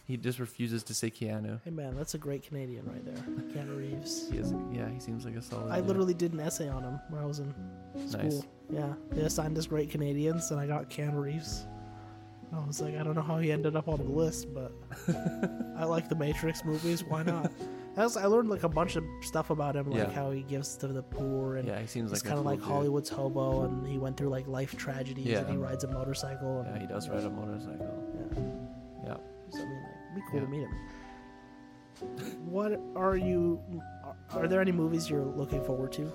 he just refuses to say Keanu.
hey man, that's a great Canadian right there, Keanu Reeves.
He is, yeah, he seems like a solid.
I
dude.
literally did an essay on him when I was in school. Yeah, they assigned us great Canadians, and I got Keanu Reeves. I was like, I don't know how he ended up on the list, but I like the Matrix movies. Why not? I, was, I learned like a bunch of stuff about him, like
Yeah.
how he gives to the poor, and
Yeah, he seems
he's
like a
kind of
cool
like
dude.
Hollywood's hobo, and he went through like life tragedies, and
Yeah.
he rides a motorcycle.
Yeah,
And,
he does ride a motorcycle.
yeah.
Yeah.
So, I mean, like, it'd be cool to
Yeah.
meet him. What are you? Are, are there any movies you're looking forward to?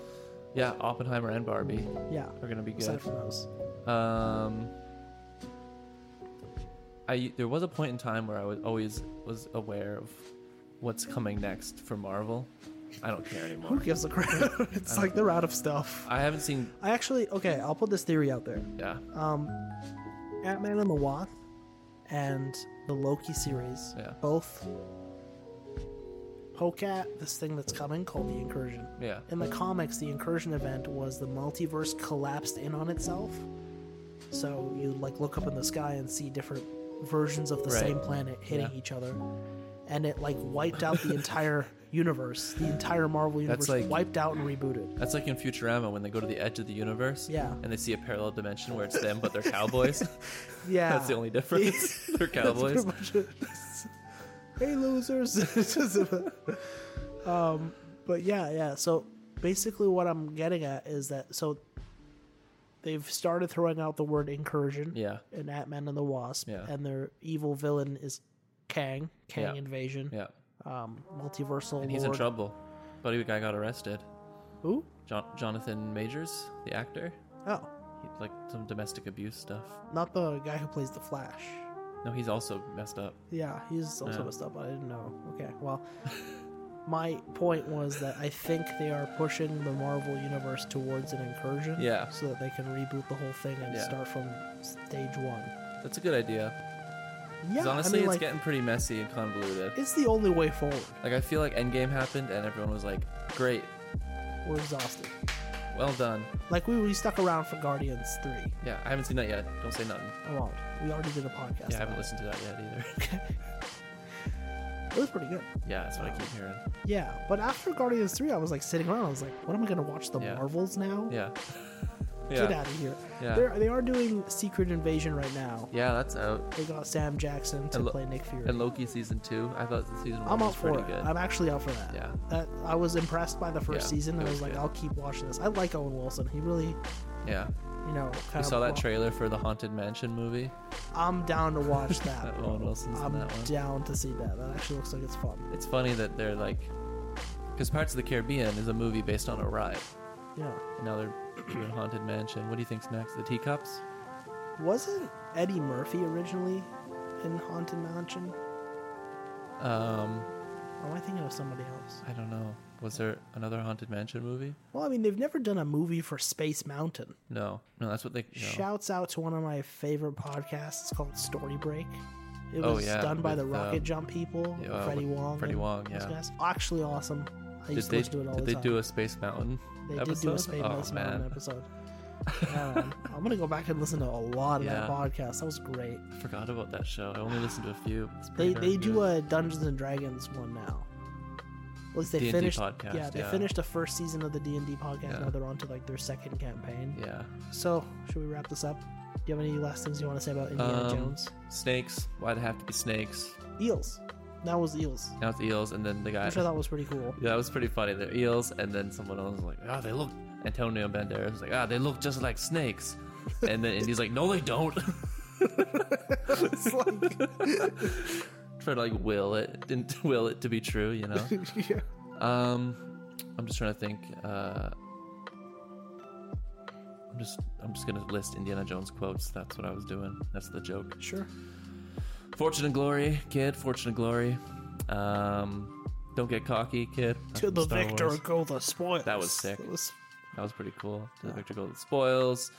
Yeah, Oppenheimer and Barbie
Yeah,
are gonna be
aside
good.
from those.
Um, I there was a point in time where I was always was aware of what's coming next for Marvel. I don't care anymore.
Who gives a crap? It's like they're out of stuff.
I haven't seen.
I actually okay, I'll put this theory out there.
Yeah,
Um Ant Man and the Wasp and the Loki series
Yeah.
both poke at this thing that's coming called the incursion.
yeah,
In the comics, the incursion event was the multiverse collapsed in on itself. So you like look up in the sky and see different versions of the
Right.
same planet hitting
Yeah.
each other. And it like wiped out the entire universe. The entire Marvel universe
That's like-
wiped out and rebooted.
that's like in Futurama when they go to the edge of the universe.
Yeah.
and they see a parallel dimension where it's them, but they're cowboys.
Yeah.
That's the only difference. they're cowboys.
That's pretty much it. hey losers. It's just about- um, but yeah, yeah. So basically, what I'm getting at is that so they've started throwing out the word incursion
Yeah,
in Ant Man and the Wasp,
Yeah.
and their evil villain is Kang, Kang
Yeah.
Invasion.
yeah,
um, multiversal
And he's in
lord.
trouble. Buddy guy got arrested.
Who?
Jon Jonathan Majors, the actor,
Oh,
he, like some domestic abuse stuff.
not the guy who plays the Flash.
No, he's also messed up.
Yeah, he's also
Yeah.
messed up. I didn't know. Okay, well, my point was that I think they are pushing the Marvel universe towards an incursion.
Yeah.
So that they can reboot the whole thing and
Yeah.
start from stage one.
That's a good idea.
Yeah,
Because honestly,
I mean,
it's
like,
getting pretty messy and convoluted.
it's the only way forward.
Like I feel like Endgame happened and everyone was like, "Great,
We're exhausted.
well done."
Like we, we stuck around for Guardians three.
Yeah, I haven't seen that yet. Don't say nothing.
I won't. We already did a podcast.
Yeah, I haven't
about
listened to that yet either.
it. It was pretty good.
yeah, that's what I keep hearing.
Yeah, but after Guardians three, I was like sitting around. I was like, what am I gonna watch the
Yeah.
Marvels now?
Yeah.
Get
Yeah.
out of here.
Yeah.
They're, they are doing Secret Invasion right now.
Yeah, that's out.
They got Sam Jackson to
And Lo-
play Nick Fury.
And Loki season two, I thought the season one
I'm
was
up for
pretty
it.
good.
I'm actually up for that.
Yeah.
That I was impressed by the first
Yeah,
season, and
it
I was
was
like,
good.
I'll keep watching this. I like Owen Wilson. He really,
yeah.
you know, kind
You
of.
saw that
trade.
trailer for the Haunted Mansion movie?
I'm down to watch that.
That
bro.
Owen Wilson's in
I'm
that one.
down to see that. That actually looks like it's fun.
It's funny that they're like, because Parts of the Caribbean is a movie based on a ride.
Yeah.
And now they're doing Haunted Mansion. What do you think's next? The teacups?
Wasn't Eddie Murphy originally in Haunted Mansion?
Um,
Or am I thinking of somebody else?
I don't know. Was there another Haunted Mansion movie?
Well, I mean, they've never done a movie for Space Mountain.
No, no, that's what they. No.
Shouts out to one of my favorite podcasts. It's called Story Break. It
Oh,
was
yeah,
done by
with,
the Rocket
um,
Jump people,
yeah, uh,
Freddie
with
Wong.
Freddie
and
Wong,
those
yeah.
guys. Actually awesome. I
did
used
they,
to listen to it all
did
the
they
time.
do a Space Mountain
they
episode?
did do a Space
oh,
Mountain
man.
episode. Um, I'm gonna go back and listen to a lot of
Yeah.
that podcast. That was great.
I forgot about that show. I only listened to a few. It's
They
pretty
they
darn
do
good.
a Dungeons and Dragons one now. At least they
D&D
finished.
podcast,
yeah, they
yeah.
finished the first season of the D and D podcast.
Yeah.
Now they're on to like their second campaign.
Yeah.
So should we wrap this up? Do you have any last things you want to say about Indiana
Um,
Jones?
Snakes. Why'd it have to be snakes?
Eels. That was eels,
Now it's eels, and then the guy.
which I thought was pretty cool.
Yeah, that was pretty funny. They're eels, and then someone else was like, ah, they look. Antonio Banderas was like, ah, they look just like snakes. And then Indy's like, no, they don't.
it's like,
Try to like will it, didn't will it to be true, you know.
yeah.
Um, I'm just trying to think. Uh, I'm just I'm just gonna list Indiana Jones quotes. That's what I was doing. That's the joke.
Sure.
Fortune and glory, kid. Fortune and glory. Um, don't get cocky, kid. That's
To
from
the
Star
victor
Wars.
go the spoils.
That was sick.
That was-
That was pretty cool. To the victor go the spoils.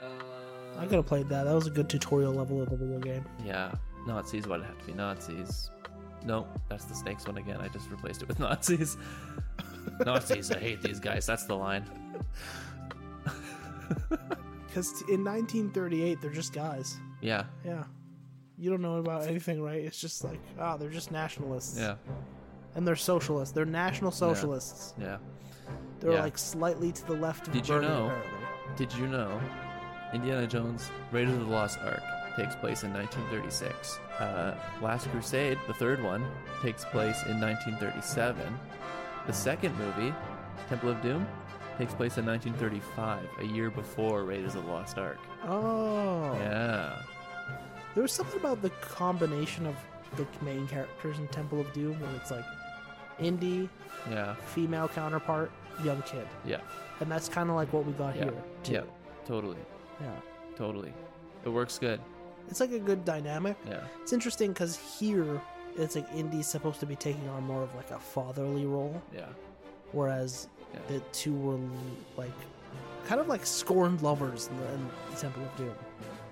I could have played that. That was a good tutorial level of a little game.
Yeah, Nazis. Why'd it have to be Nazis? No, that's the snakes one again. I just replaced it with Nazis. Nazis, I hate these guys. That's the line.
Because in 1938, they're just guys.
Yeah,
Yeah. You don't know about anything, right? It's just like, ah, they're just nationalists.
yeah,
And they're socialists. They're national socialists.
yeah.
They're
Yeah.
like slightly to the left of
Did you
Bernie,
know-
apparently.
Did you know Indiana Jones Raiders of the Lost Ark takes place in 1936? Uh, Last Crusade, the third one, takes place in 1937. The second movie, Temple of Doom, takes place in 1935, a year before Raiders of the Lost Ark.
Oh.
Yeah.
There was something about the combination of the main characters in Temple of Doom when it's like indie,
Yeah.
female counterpart, young kid.
Yeah.
And that's kind of like what we got
Yeah.
here, too.
Yeah. Totally.
yeah.
Totally. It works good.
It's like a good dynamic.
Yeah.
It's interesting because here, it's like indie's supposed to be taking on more of like a fatherly role,
Yeah.
whereas
Yeah.
the two were l- like kind of like scorned lovers in the, in the Temple of Doom.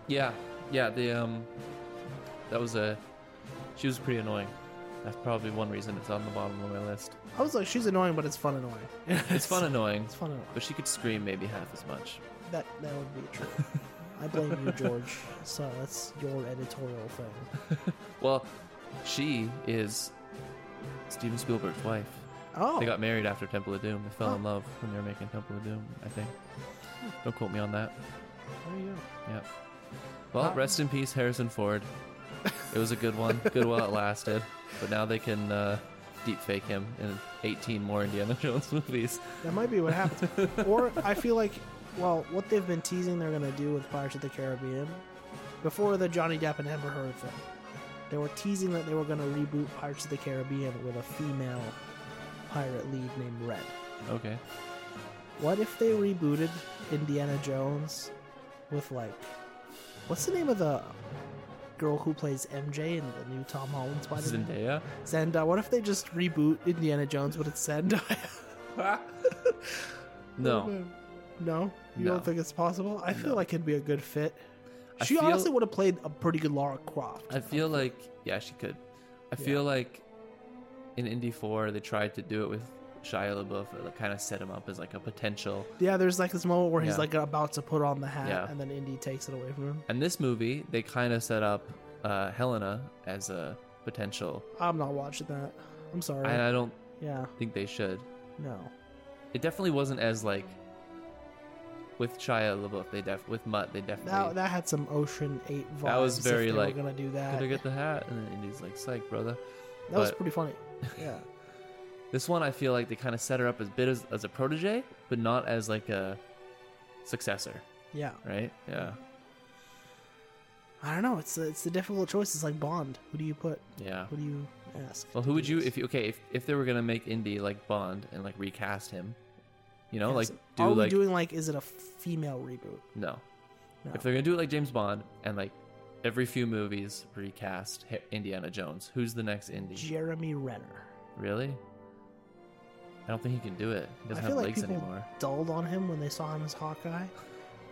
Yeah, yeah. The um, that was a. She was pretty annoying. That's probably one reason it's on the bottom of my list.
I was like, she's annoying, but it's fun annoying.
It's fun annoying,
It's fun annoying.
but she could scream maybe half as much.
That that would be true. I blame you, George. So that's your editorial thing.
Well, she is Steven Spielberg's wife.
Oh,
They got married after Temple of Doom. They fell in love when they were making Temple of Doom, I think. Don't quote me on that.
there you go.
Yep. Well, rest in peace, Harrison Ford. It was a good one. Good while it lasted, but now they can uh, deep fake him in 18 more Indiana Jones movies.
That might be what happened. or I feel like, well, what they've been teasing they're gonna do with Pirates of the Caribbean before the Johnny Depp and Amber Heard thing They were teasing that they were going to reboot Pirates of the Caribbean with a female pirate lead named Red.
Okay.
What if they rebooted Indiana Jones with like what's the name of the girl who plays MJ in the new Tom Holland Spider-Man?
Zendaya.
Zendaya. What if they just reboot Indiana Jones but it's Zendaya?
No.
No, you
No.
don't think it's possible? I feel
No.
like it'd be a good fit.
I
She
feel-
honestly would have played a pretty good Lara Croft.
I feel like yeah, she could. I feel like in Indy Four they tried to do it with Shia LaBeouf, but, like kind of set him up as like a potential.
yeah, there's like this moment where he's
Yeah.
like about to put on the hat,
Yeah.
and then Indy takes it away from him.
And this movie they kind of set up uh, Helena as a potential,
I'm not watching that. I'm sorry.
and I uh, don't
yeah,
think they should.
no.
It definitely wasn't as like with Shia LaBeouf. They def with Mutt. They definitely
That, that had some Ocean Eight vibes.
That was
if
very,
they were
like,
gonna do that.
could I get the hat? And then Indy's like, "Psych, brother."
That was
But-
pretty funny. Yeah.
This one, I feel like they kind of set her up as bit as, as a protege, but not as like a successor,
Yeah.
right? Yeah,
I don't know. It's it's the difficult choice. It's like Bond. Who do you put?
yeah.
Who do you ask?
Well,
to
who
do
would you
this?
if you okay if if they were gonna make Indy like Bond and like recast him, you know,
Yeah,
like
so
do
are we
like
doing like is it a female reboot?
no.
No.
if they're gonna do it like James Bond and like every few movies recast Ha- Indiana Jones, who's the next Indy?
Jeremy Renner.
really? I don't think he can do it. He doesn't
I
have
feel like
legs
people
anymore.
dulled on him when they saw him as Hawkeye,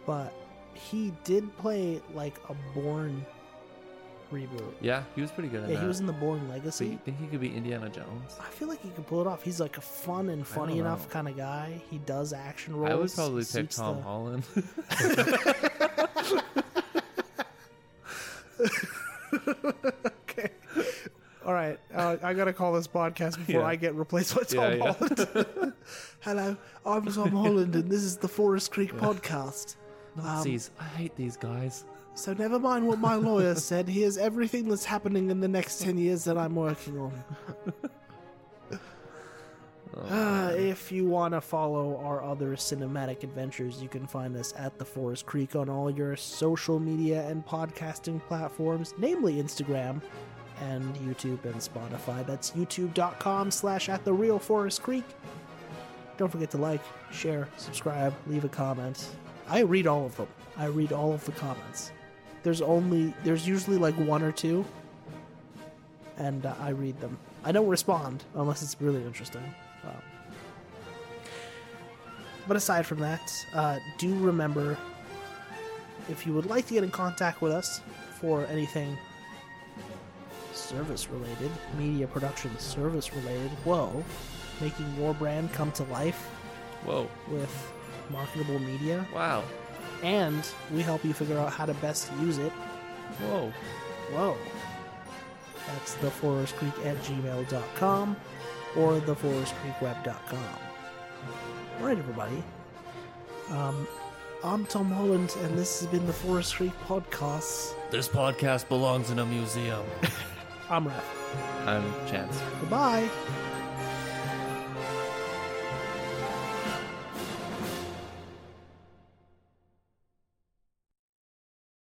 but he did play like a Born reboot.
Yeah, he was pretty good at
Yeah, he
that.
was in the Born
so you
Legacy.
think he could be Indiana Jones?
I feel like he could pull it off. He's like a fun and funny
don't
enough
know.
kind of guy. He does action roles.
I would probably pick
suits
Tom
the- Um,
Holland.
okay. All right. Uh, I got to call this podcast before
Yeah.
I get replaced by Tom
Yeah, yeah.
Holland. Hello, I'm Tom Holland, and this is the Forest Creek podcast. Um,
Nazis, I hate these guys.
so never mind what my lawyer said. Here's everything that's happening in the next 10 years that I'm working on. Uh, if you want to follow our other cinematic adventures, you can find us at The Forest Creek on all your social media and podcasting platforms, namely Instagram and YouTube and Spotify. That's youtube.com slash at the real Forest Creek. Don't forget to like, share, subscribe, leave a comment. I read all of them. I read all of the comments. There's only there's usually like one or two, and uh, I read them. I don't respond unless it's really interesting. Um, but aside from that, uh, do remember if you would like to get in contact with us for anything service related, media production service related, whoa, making your brand come to life
Whoa!
with marketable media,
Wow!
and we help you figure out how to best use it
Whoa!
Whoa. That's theforestcreek at gmail.com or theforestcreekweb.com. All right, everybody. Um, I'm Tom Holland, and this has been the Forest Creek Podcast.
This podcast belongs in a museum.
I'm Raph.
I'm Chance.
Goodbye.